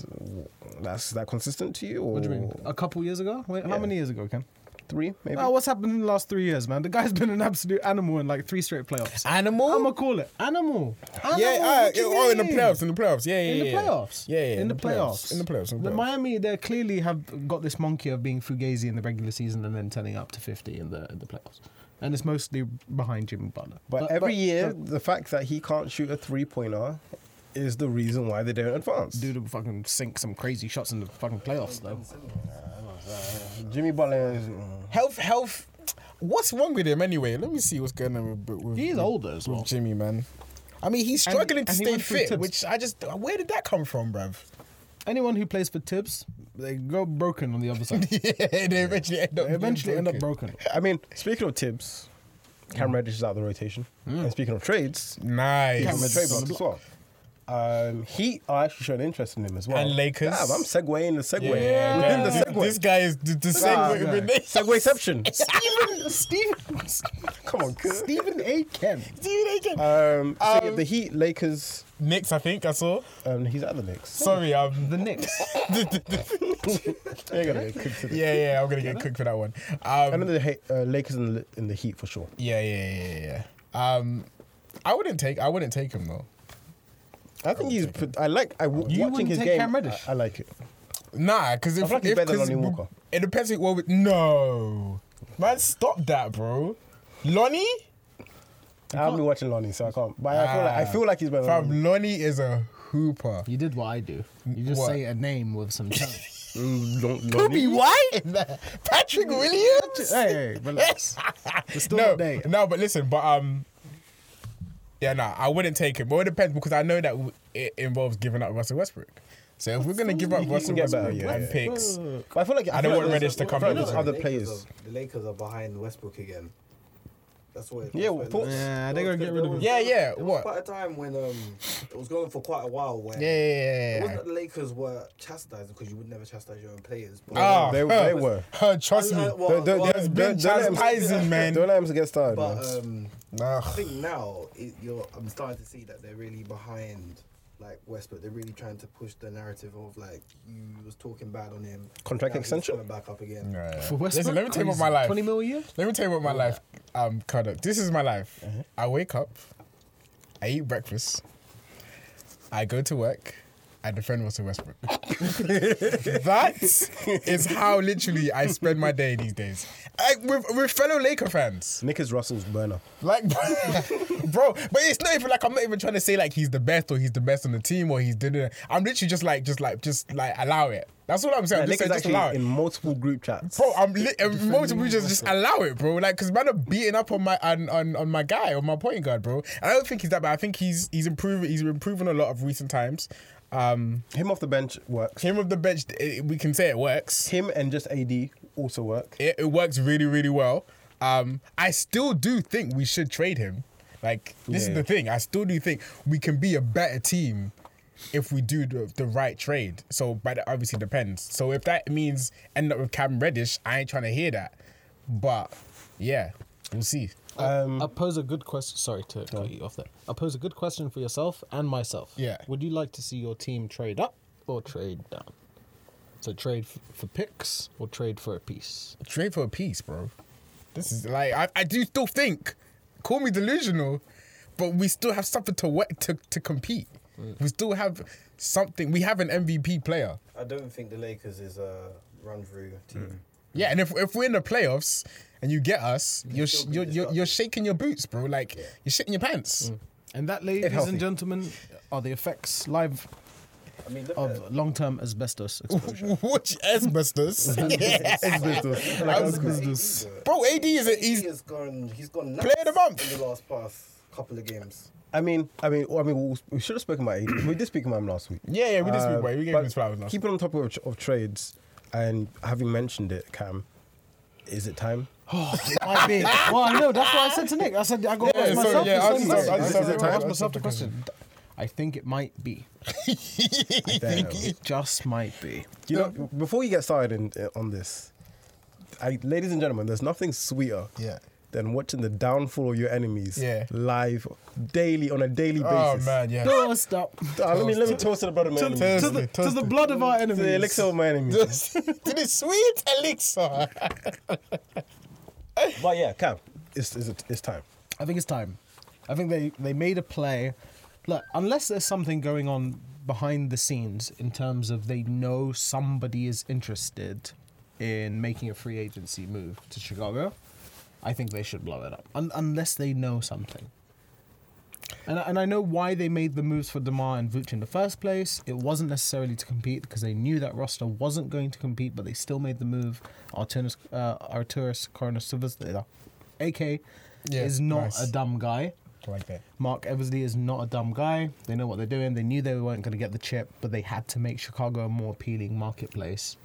Speaker 2: that's that consistent to you, or
Speaker 5: What do you mean?
Speaker 1: Oh.
Speaker 5: A couple years ago? Wait,
Speaker 2: Yeah.
Speaker 5: How many years ago, Ken?
Speaker 2: three maybe?
Speaker 5: Oh, what's happened in the last three years, man? The guy's been an absolute animal in like three straight playoffs.
Speaker 1: Animal?
Speaker 5: I'ma call it animal. animal
Speaker 1: Yeah, all
Speaker 5: what
Speaker 1: right,
Speaker 5: do you
Speaker 1: oh, in the
Speaker 5: mean?
Speaker 1: playoffs, in the playoffs, yeah, yeah,
Speaker 5: In the
Speaker 1: yeah.
Speaker 5: playoffs.
Speaker 1: yeah, yeah,
Speaker 5: In the playoffs.
Speaker 1: in the playoffs, in the
Speaker 5: The
Speaker 1: playoffs.
Speaker 5: Miami, they clearly have got this monkey of being fugazi in the regular season and then turning up to 50 in the in the playoffs. And it's mostly behind Jimmy Butler.
Speaker 2: but, every year, the fact that he can't shoot a three pointer is the reason why they don't advance.
Speaker 5: dude will fucking sink some crazy shots in the fucking playoffs, though.
Speaker 2: Jimmy Butler is mm,
Speaker 1: Health, health. What's wrong with him anyway? Let me see what's going on with, with
Speaker 5: He's
Speaker 1: with-
Speaker 5: older as
Speaker 1: with
Speaker 5: well.
Speaker 1: Jimmy, man. I mean, he's
Speaker 5: And-
Speaker 1: struggling to
Speaker 5: and he
Speaker 1: stay
Speaker 5: went through
Speaker 1: fit,
Speaker 5: tips.
Speaker 1: which I just where did that come from, bruv?
Speaker 5: Anyone who plays for Tibbs, they go broken on the other side.
Speaker 1: yeah, they eventually end up
Speaker 5: They eventually end up broken.
Speaker 2: I mean, speaking of Tibbs, Mm. Cam Reddish is out of the rotation. And speaking of trades, Cam Reddish
Speaker 1: Nice.
Speaker 2: is out as well. Um, Heat are actually showing interest in him as well.
Speaker 1: And Lakers.
Speaker 2: Damn, I'm segueing the segue.
Speaker 1: Yeah,
Speaker 2: Within the
Speaker 1: this,
Speaker 2: segue.
Speaker 1: this guy is the, the
Speaker 2: Ah,
Speaker 1: segue.
Speaker 2: no.
Speaker 1: with this.
Speaker 2: Segueception.
Speaker 5: Stephen, Stephen,
Speaker 2: Come on, good.
Speaker 5: Stephen A. Kemp.
Speaker 1: Dude, they can-
Speaker 2: Um, so yeah,
Speaker 1: Um,
Speaker 2: the Heat, Lakers,
Speaker 1: Knicks, I think I saw.
Speaker 2: um, he's at the Knicks.
Speaker 1: Sorry, um,
Speaker 5: The Knicks.
Speaker 2: They're gonna get cooked today.
Speaker 1: yeah, yeah, I'm gonna get cooked for that one. Um,
Speaker 2: I know the He- uh, Lakers in the, in the Heat for sure.
Speaker 1: Yeah, yeah, yeah, yeah, yeah. Um, I wouldn't take. I wouldn't take him though.
Speaker 2: I think he's. Put, I like. I w-
Speaker 5: You
Speaker 2: watching
Speaker 5: wouldn't
Speaker 2: his
Speaker 5: take
Speaker 2: game.
Speaker 5: Cam Reddish?
Speaker 2: I, I like it.
Speaker 1: Nah, because if,
Speaker 2: feel like he's
Speaker 1: if-
Speaker 2: better than
Speaker 1: 'cause
Speaker 2: Lonnie
Speaker 1: w-
Speaker 2: Walker.
Speaker 1: It depends who- what. we- No, man, stop that, bro. Lonnie,
Speaker 2: I haven't been watching Lonnie, so I can't. But I feel like I feel like he's better. Than Lonnie.
Speaker 1: Ah. fam, Lonnie is a hooper.
Speaker 5: You did what I do. You just
Speaker 1: What?
Speaker 5: say a name with some tongue.
Speaker 1: Kobe White, Patrick Williams.
Speaker 5: hey, relax. We're still
Speaker 1: no,
Speaker 5: not there.
Speaker 1: no, but listen, but um, yeah, nah, I wouldn't take him. But it depends because I know that w- it involves giving up Russell Westbrook. So if we're gonna give up
Speaker 2: You can
Speaker 1: Russell
Speaker 2: get better,
Speaker 1: Westbrook
Speaker 2: yeah,
Speaker 1: and
Speaker 2: yeah.
Speaker 1: picks,
Speaker 2: But I feel like I,
Speaker 1: don't
Speaker 2: feel
Speaker 1: want
Speaker 2: like there's-
Speaker 1: Reddish to
Speaker 2: I
Speaker 1: come
Speaker 2: feel like
Speaker 1: in
Speaker 2: there's
Speaker 1: as
Speaker 2: other
Speaker 7: Lakers
Speaker 2: players.
Speaker 7: Are, the Lakers are behind Westbrook again. That's what. It,
Speaker 2: Yeah,
Speaker 7: that's what it
Speaker 2: well,
Speaker 7: looks.
Speaker 5: Yeah, they're
Speaker 7: There
Speaker 5: gonna
Speaker 7: was-
Speaker 5: get rid of
Speaker 7: there
Speaker 5: him.
Speaker 7: was-
Speaker 1: Yeah, yeah,
Speaker 7: There
Speaker 1: what?
Speaker 7: was quite a time when um, it was going for quite a while where
Speaker 1: yeah, yeah, yeah,
Speaker 7: It
Speaker 1: yeah, yeah.
Speaker 7: wasn't that the Lakers were chastised because you would never chastise your own players. But
Speaker 1: Ah,
Speaker 2: They-
Speaker 1: huh,
Speaker 2: they were.
Speaker 1: huh, trust
Speaker 7: Uh,
Speaker 1: me.
Speaker 7: uh, well, Don't- don't- well,
Speaker 1: There's
Speaker 7: don't-
Speaker 1: been
Speaker 2: don't let him-
Speaker 1: chastising, man.
Speaker 2: Don't let him get started.
Speaker 7: But
Speaker 2: man.
Speaker 7: um, I
Speaker 1: Ugh.
Speaker 7: think now it, you're, I'm starting to see that they're really behind like Westbrook. They're really trying to push the narrative of like you was talking bad on him.
Speaker 2: Contract
Speaker 7: now he's
Speaker 2: extension?
Speaker 7: coming back up again.
Speaker 1: Nah.
Speaker 5: For Westbrook,
Speaker 1: Listen, let me tell you about
Speaker 5: crazy.
Speaker 1: my life.
Speaker 5: 20 mil a year?
Speaker 1: Let me tell you about my life. Um, cut up. This is my life.
Speaker 2: Uh-huh.
Speaker 1: I wake up, I eat breakfast, I go to work, I defend Russell Westbrook. that is how literally I spend my day these days. I, with, with fellow Laker fans.
Speaker 2: Nick is Russell's burner.
Speaker 1: Like, bro, but it's not even like I'm not even trying to say like he's the best or he's the best on the team or he's doing it. I'm literally just like, just like, just like allow it. That's what I'm saying.
Speaker 2: Yeah,
Speaker 1: I'm
Speaker 2: Nick
Speaker 1: just saying,
Speaker 2: is
Speaker 1: just allow
Speaker 2: actually
Speaker 1: it.
Speaker 2: in multiple group chats.
Speaker 1: Bro, I'm li- and multiple just just allow it, bro. Like, cause man are beating up on my on, on, on my guy, on my point guard, bro. And I don't think he's that bad. I think he's he's improving. He's improving a lot of recent times. Um,
Speaker 2: Him off the bench works.
Speaker 1: him of the bench, eh, we can say it works.
Speaker 2: Him and just AD also work.
Speaker 1: it, it works really, really well. Um, I still do think we should trade him. Like this is
Speaker 2: Yeah.
Speaker 1: the thing. I still do think we can be a better team if we do the, the right trade. So, but it obviously depends. So if that means end up with Cam Reddish, I ain't trying to hear that. But yeah, we'll see.
Speaker 5: I Uh, pose a good question. Sorry to cut you off there. I pose a good question for yourself and myself.
Speaker 1: Yeah.
Speaker 5: Would you like to see your team trade up or trade down? So trade f- for picks or trade for a piece.
Speaker 1: Trade for a piece, bro. This is like I, I do still think. Call me delusional, but we still have something to work to to compete. We still have something. We have an MVP player.
Speaker 7: I don't think the Lakers is a run through team.
Speaker 1: Yeah, and if if we're in the playoffs and you get us, you're sh-
Speaker 7: still be
Speaker 1: you're, you're
Speaker 7: disgusted.
Speaker 1: you're shaking your boots, bro. Like you're shitting your pants.
Speaker 5: And that, ladies
Speaker 2: healthy.
Speaker 5: and gentlemen, are the effects live
Speaker 1: Hmm.
Speaker 7: I mean,
Speaker 1: Oh,
Speaker 7: look at,
Speaker 5: of long-term asbestos exposure.
Speaker 1: Watch asbestos,
Speaker 7: asbestos.
Speaker 1: bro. AD is a,
Speaker 7: He
Speaker 1: he's
Speaker 7: has gone. He's gone.
Speaker 1: Player of the
Speaker 7: nuts
Speaker 1: month.
Speaker 7: in the last past couple of games.
Speaker 2: I mean, I mean, I mean, we- we should have spoken about AD. we did speak about him last week.
Speaker 1: yeah yeah. We just
Speaker 2: Uh,
Speaker 1: uh, we gave
Speaker 2: but
Speaker 1: him his flowers. Last.
Speaker 2: Keeping on top of, of trades and having mentioned it, Cam, is it time?
Speaker 5: Might be. Well, I know. That's what I said to Nick. I said I got to
Speaker 1: Yeah,
Speaker 5: ask
Speaker 1: sorry,
Speaker 5: myself
Speaker 1: yeah,
Speaker 5: the same
Speaker 1: answer-
Speaker 5: question.
Speaker 1: answer-
Speaker 5: I
Speaker 1: answer-
Speaker 5: got to ask
Speaker 1: answer
Speaker 5: myself the
Speaker 1: the
Speaker 5: question. I think it might be.
Speaker 2: Damn.
Speaker 5: It just might be.
Speaker 2: you know, before you get started in, uh, on this, I, ladies and gentlemen, there's nothing sweeter
Speaker 1: Yeah.
Speaker 2: than watching the downfall of your enemies
Speaker 1: Yeah.
Speaker 2: live daily on a daily
Speaker 1: Oh
Speaker 2: basis.
Speaker 1: man, yeah.
Speaker 5: No, stop.
Speaker 2: Ah, let me let me toast to the brother of my
Speaker 1: To-
Speaker 2: enemies.
Speaker 1: to
Speaker 5: To
Speaker 1: the-
Speaker 5: the,
Speaker 1: Toasted, to the toasted.
Speaker 5: blood of our enemies.
Speaker 2: The elixir of my enemies.
Speaker 1: to the sweet elixir.
Speaker 2: but yeah, Cam, it's, it's, it's time.
Speaker 5: I think it's time. I think they, they made a play. Look, unless there's something going on behind the scenes in terms of they know somebody is interested in making a free agency move to Chicago, I think they should blow it up. Un- unless they know something. And I, and I know why they made the moves for Demar and Vooch in the first place. It wasn't necessarily to compete because they knew that roster wasn't going to compete, but they still made the move. Arturis uh, Arturis Coronasivas, AK,
Speaker 1: Yeah,
Speaker 5: is not
Speaker 1: nice.
Speaker 5: a dumb guy.
Speaker 1: like that.
Speaker 5: Mark Eversley is not a dumb guy. They know what they're doing. They knew they weren't going to get the chip, but they had to make Chicago a more appealing marketplace.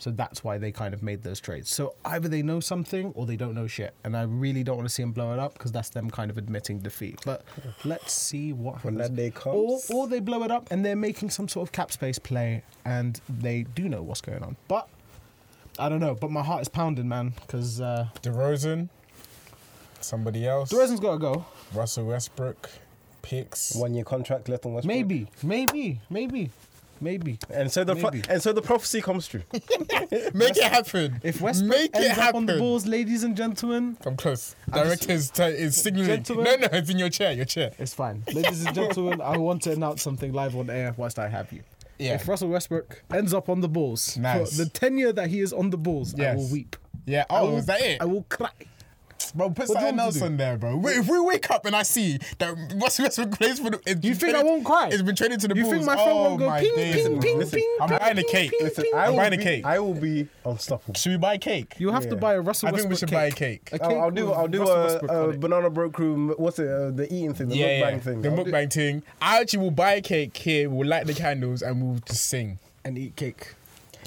Speaker 5: So that's why they kind of made those trades. So either they know something or they don't know shit. And I really don't want to see them blow it up because that's them kind of admitting defeat. But let's see what happens.
Speaker 2: that day
Speaker 5: Or,
Speaker 2: comes.
Speaker 5: or they blow it up and they're making some sort of cap space play and they do know what's going on. But I don't know. But my heart is pounding, man, because uh,
Speaker 1: DeRozan, somebody else.
Speaker 5: DeRozan's got to go.
Speaker 1: Russell Westbrook, picks.
Speaker 2: One year contract left on Westbrook.
Speaker 5: Maybe, maybe, maybe, maybe.
Speaker 2: And so the pro-
Speaker 5: Maybe.
Speaker 2: and so the prophecy comes true.
Speaker 1: Make it happen.
Speaker 5: If Westbrook
Speaker 1: Make
Speaker 5: ends
Speaker 1: it
Speaker 5: up on
Speaker 1: happen.
Speaker 5: the balls, ladies and gentlemen,
Speaker 1: I'm close.
Speaker 5: I'm
Speaker 1: Director is, t- is signaling. No,
Speaker 5: Gentlemen.
Speaker 1: no, it's in your chair. Your chair.
Speaker 5: It's fine. Ladies and gentlemen, I want to announce something live on air whilst I have you.
Speaker 1: Yeah.
Speaker 5: If Russell Westbrook ends up on the balls, for
Speaker 1: Nice.
Speaker 5: the tenure that he is on the balls, I
Speaker 1: Yes.
Speaker 5: will weep.
Speaker 1: Yeah.
Speaker 5: I
Speaker 1: Oh,
Speaker 5: will-
Speaker 1: is that it?
Speaker 5: I will cry.
Speaker 1: Bro, put
Speaker 5: What do you
Speaker 1: something
Speaker 5: want me to
Speaker 1: else
Speaker 5: do?
Speaker 1: on there, bro. We- If we wake up and I see that Russell Westbrook plays for the, it's
Speaker 5: You
Speaker 1: been
Speaker 5: think I
Speaker 1: traded-
Speaker 5: won't cry?
Speaker 1: It's been traded to the
Speaker 5: You
Speaker 1: Bulls.
Speaker 5: think my phone
Speaker 1: oh
Speaker 5: won't go
Speaker 1: my
Speaker 5: ping,
Speaker 1: days,
Speaker 5: ping,
Speaker 1: bro.
Speaker 5: ping,
Speaker 1: Listen,
Speaker 5: ping,
Speaker 1: I'm
Speaker 5: ping,
Speaker 1: buying a
Speaker 5: ping,
Speaker 1: cake.
Speaker 5: ping,
Speaker 1: Listen,
Speaker 5: ping,
Speaker 1: I'm
Speaker 5: ping.
Speaker 1: buying a
Speaker 2: be-
Speaker 1: cake.
Speaker 2: I will be unstoppable.
Speaker 1: Should we buy cake?
Speaker 5: You have to buy a Russell
Speaker 1: I think we
Speaker 5: Westbrook
Speaker 1: should
Speaker 5: cake.
Speaker 1: buy a cake.
Speaker 5: A cake
Speaker 2: I'll, I'll do
Speaker 5: with
Speaker 2: I'll do
Speaker 5: Russell
Speaker 2: a,
Speaker 5: Westbrook
Speaker 2: a
Speaker 5: on it.
Speaker 2: banana broke room. What's it? Uh, the eating thing, the
Speaker 1: yeah,
Speaker 2: mukbang
Speaker 1: yeah.
Speaker 2: thing.
Speaker 1: The
Speaker 2: I'll do-
Speaker 1: mukbang thing. I actually will buy a cake here. We'll light the candles and we'll just sing.
Speaker 5: and eat cake.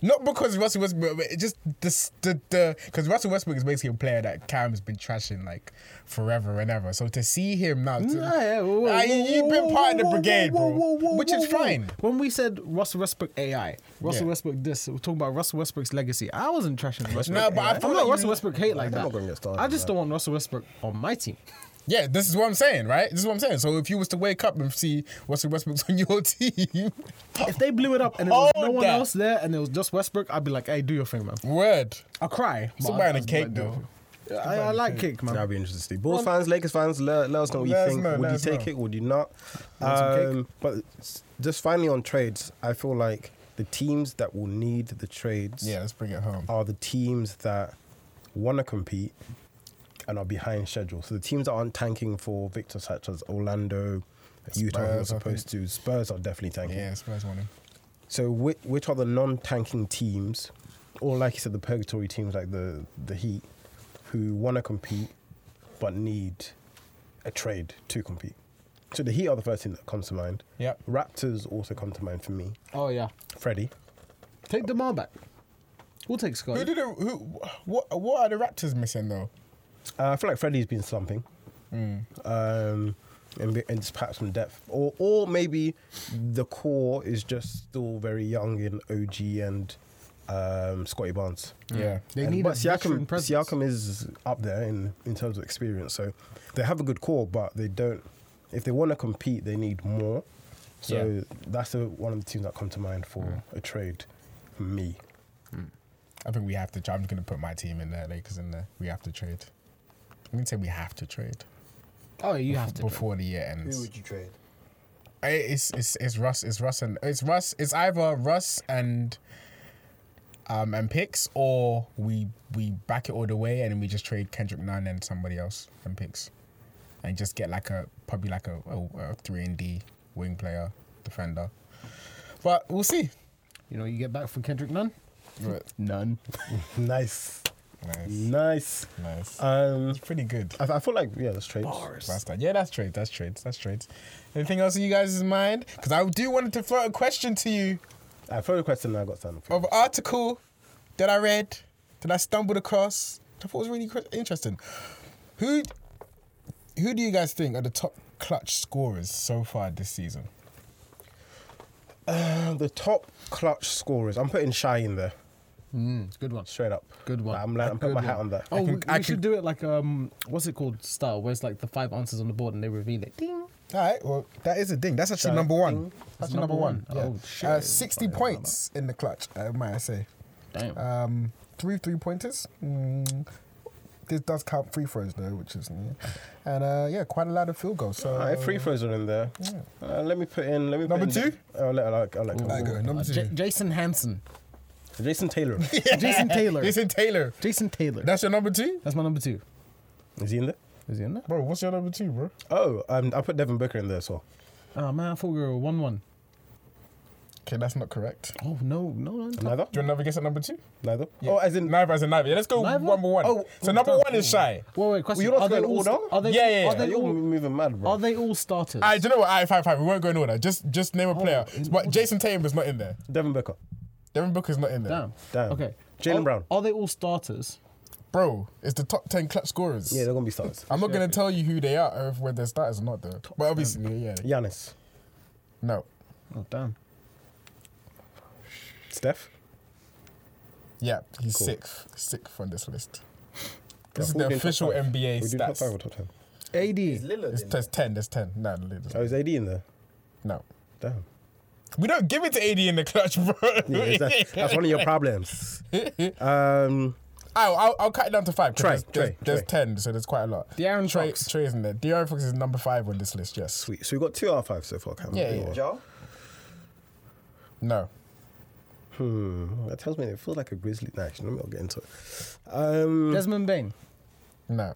Speaker 1: Not because Russell Westbrook, but it just this, the the because Russell Westbrook is basically a player that Cam has been trashing like forever and ever. So to see him now, to,
Speaker 5: Nah, yeah, whoa,
Speaker 1: Ah, you,
Speaker 5: whoa,
Speaker 1: you've
Speaker 5: whoa,
Speaker 1: been part of the
Speaker 5: whoa, whoa,
Speaker 1: brigade,
Speaker 5: whoa,
Speaker 1: bro,
Speaker 5: whoa, whoa,
Speaker 1: which
Speaker 5: whoa,
Speaker 1: is
Speaker 5: whoa.
Speaker 1: fine.
Speaker 5: When we said Russell Westbrook AI, Russell
Speaker 1: Yeah.
Speaker 5: Westbrook this, we're talking about Russell Westbrook's legacy. I wasn't trashing Russell.
Speaker 1: No, but I feel
Speaker 5: am
Speaker 1: like
Speaker 5: not
Speaker 1: you-
Speaker 5: Russell Westbrook hate like
Speaker 2: I'm
Speaker 5: that.
Speaker 2: not gonna get started
Speaker 5: I
Speaker 2: on
Speaker 5: just
Speaker 2: that.
Speaker 5: don't want Russell Westbrook on my team.
Speaker 1: Yeah, this is what I'm saying, right? This is what I'm saying. So if you was to wake up and see Russell Westbrook's on your team,
Speaker 5: If they blew it up and there was
Speaker 1: Hold
Speaker 5: no one
Speaker 1: that.
Speaker 5: else there and it was just Westbrook, I'd be like, "Hey, do your thing, man."
Speaker 1: word.
Speaker 5: I'll cry.
Speaker 1: Still
Speaker 5: but
Speaker 1: buying
Speaker 5: I-
Speaker 1: a cake though.
Speaker 5: I, I, like cake, man.
Speaker 2: That'd be interesting to see. Bulls fans, Lakers fans, let, let us know what you
Speaker 1: Let us
Speaker 2: think.
Speaker 1: know,
Speaker 2: would
Speaker 1: let
Speaker 2: you
Speaker 1: us
Speaker 2: take
Speaker 1: know.
Speaker 2: it? Would you not?
Speaker 5: some
Speaker 2: Um, but s- just finally on trades, I feel like the teams that will need the trades
Speaker 1: Yeah, let's bring it home.
Speaker 2: are the teams that want to compete and are behind schedule. So the teams that aren't tanking for victors such as Orlando, Utah, who are
Speaker 1: Spurs, I
Speaker 2: supposed to. Spurs are definitely tanking.
Speaker 1: Yeah, Spurs won him.
Speaker 2: So which, which are the non-tanking teams, or like you said, the purgatory teams like the the Heat, who want to compete but need a trade to compete. So the Heat are the first thing that comes to mind.
Speaker 1: Yep.
Speaker 2: Raptors also come to mind for me.
Speaker 5: Oh yeah,
Speaker 2: Freddie.
Speaker 5: take Demar back. We'll take
Speaker 1: Who
Speaker 5: Scotty.
Speaker 1: did it, who what what are the Raptors missing though?
Speaker 2: Uh, I feel like Freddie's been slumping. Um, and, be- and just perhaps some depth, or or maybe the core is just still very young in OG and um, Scotty Barnes.
Speaker 5: Mm.
Speaker 1: Yeah.
Speaker 5: They
Speaker 2: And-
Speaker 5: need
Speaker 2: but
Speaker 5: a veteran
Speaker 2: Siakam,
Speaker 5: presence.
Speaker 2: Siakam is up there in, in terms of experience. So they have a good core, but they don't. If they want to compete, they need more. So
Speaker 1: Yeah.
Speaker 2: that's the, one of the teams that come to mind for a trade. For me,
Speaker 1: I think we have to. I'm gonna put my team in there, Lakers in there. We have to trade. I'm gonna say we have to trade
Speaker 5: Oh, you have to.
Speaker 1: before the year
Speaker 7: Who
Speaker 1: ends.
Speaker 7: would you trade?
Speaker 1: I- It's it's it's Russ. It's Russ and it's Russ. It's either Russ and um and picks or we we back it all the way and then we just trade Kendrick Nunn and somebody else and picks, and just get like a probably like a, a, a three and D wing player defender. But we'll see.
Speaker 5: You know, what you get back from Kendrick Nunn.
Speaker 1: But
Speaker 5: None.
Speaker 2: nice,
Speaker 1: nice,
Speaker 2: nice.
Speaker 1: nice.
Speaker 2: Um,
Speaker 1: Pretty good.
Speaker 2: I, I feel like yeah, that's trades.
Speaker 1: That's that. Yeah, that's trades. That's trades. That's trades. Anything else in you guys' mind? Because I do wanted to float a question to you
Speaker 2: I throw the question. I got something. for
Speaker 1: of an article that I read that I stumbled across. that I thought was really cr- interesting. Who, who do you guys think are the top clutch scorers so far this season?
Speaker 2: you. The top clutch scorers. I'm putting Shy in there
Speaker 5: It's a good one.
Speaker 2: straight up.
Speaker 5: Good one.
Speaker 2: I'm, like, I'm putting my
Speaker 5: Good
Speaker 2: hat
Speaker 5: one.
Speaker 2: on that.
Speaker 5: Oh,
Speaker 1: I can-
Speaker 5: we,
Speaker 1: I
Speaker 5: we should
Speaker 1: can-
Speaker 5: do it like um, what's it called style? Where it's like the five answers on the board and they reveal it. Ding.
Speaker 1: All right, well, that is a ding. That's actually
Speaker 2: That
Speaker 1: number one.
Speaker 2: ding.
Speaker 1: That's
Speaker 5: That's
Speaker 1: actually number
Speaker 5: number
Speaker 1: one.
Speaker 5: one.
Speaker 1: Yeah.
Speaker 5: Oh, shit.
Speaker 1: Uh, 60 points in the clutch, uh, might I say.
Speaker 5: Damn.
Speaker 1: Um, three three pointers. Mm, this does count free throws though, which is and uh, yeah, quite a lot of field goals. So
Speaker 2: All right, free throws are in there. Uh, let me put in. Let me
Speaker 1: Number
Speaker 2: put in
Speaker 1: two?
Speaker 2: I'll let, I'll let, I'll let go.
Speaker 1: Let go. Number
Speaker 5: Uh,
Speaker 1: two.
Speaker 5: J- Jason Hansen.
Speaker 2: Jason Taylor.
Speaker 5: Jason Taylor.
Speaker 1: Jason Taylor.
Speaker 5: Jason Taylor.
Speaker 1: That's your number two,
Speaker 5: That's my number two.
Speaker 2: Is he in there?
Speaker 5: Is he in there?
Speaker 1: bro. What's your number two, bro?
Speaker 2: Oh, um, I put Devin Booker in there as well.
Speaker 5: Oh man, I thought we were one one.
Speaker 1: Okay, that's not correct.
Speaker 5: Oh no, no, no. no.
Speaker 1: Do
Speaker 2: Neither?
Speaker 1: you want another guess at number two?
Speaker 2: Neither?
Speaker 1: Yeah.
Speaker 2: Oh, as in.
Speaker 1: neither as in neither. Yeah, let's go
Speaker 5: Neither?
Speaker 1: number one.
Speaker 2: Oh,
Speaker 1: so number one is shy.
Speaker 5: Wait, wait. Question.
Speaker 2: you're not
Speaker 5: are they
Speaker 2: going
Speaker 5: all?
Speaker 2: order?
Speaker 5: sta- Are they?
Speaker 1: Yeah, yeah, yeah.
Speaker 5: Are they
Speaker 2: You're
Speaker 5: all?
Speaker 2: moving mad, bro.
Speaker 5: Are they all starters?
Speaker 2: Oh,
Speaker 1: Alright, do you know what? Alright, fine, fine. We won't go in order. Just just name a player.
Speaker 5: in
Speaker 1: But
Speaker 5: order.
Speaker 1: Jason Tatum is not in there.
Speaker 2: Devin Booker.
Speaker 1: Devin Booker's not in there.
Speaker 5: Damn.
Speaker 2: Damn.
Speaker 5: Okay.
Speaker 2: Jaylen
Speaker 5: Are-
Speaker 2: Brown.
Speaker 5: Are they all starters?
Speaker 1: Bro, it's the top 10 clutch scorers.
Speaker 2: Yeah, they're gonna be stars.
Speaker 1: I'm not going to tell you who they are or whether they're starters or not, though. But obviously, yeah.
Speaker 2: Giannis,
Speaker 1: No.
Speaker 5: Oh damn.
Speaker 2: Steph.
Speaker 1: Yeah, he's
Speaker 2: Cool.
Speaker 1: sixth. Sixth on this list. This is
Speaker 2: Who
Speaker 1: the
Speaker 2: do you
Speaker 1: official
Speaker 2: top five?
Speaker 1: NBA
Speaker 2: We do top five or
Speaker 1: stats.
Speaker 2: top ten.
Speaker 5: AD.
Speaker 7: Is Lillard
Speaker 1: It's,
Speaker 7: in
Speaker 1: there's 10. There's 10. No,
Speaker 2: Oh, is AD in there?
Speaker 1: no.
Speaker 2: Damn.
Speaker 1: We don't give it to AD in the clutch, bro.
Speaker 2: Yeah, is that- that's one of your problems. Um,
Speaker 1: I'll, Oh, I'll, I'll cut it down to five. 'cause
Speaker 2: Trey,
Speaker 1: there's, there's,
Speaker 2: Trey,
Speaker 1: there's
Speaker 2: Trey.
Speaker 1: 10, so there's quite a lot.
Speaker 5: De'Aaron
Speaker 1: Trey,
Speaker 5: Fox.
Speaker 1: Trey isn't there. De'Aaron Fox is number five on this list, yes.
Speaker 2: sweet. So we got two out of five so far. Cam.
Speaker 1: Yeah,
Speaker 7: there?
Speaker 1: yeah.
Speaker 7: Ja?
Speaker 1: No.
Speaker 2: Hmm. That tells me it feels like a grizzly. Nah, actually, let me not get into it. Um,
Speaker 5: Desmond Bain.
Speaker 1: No.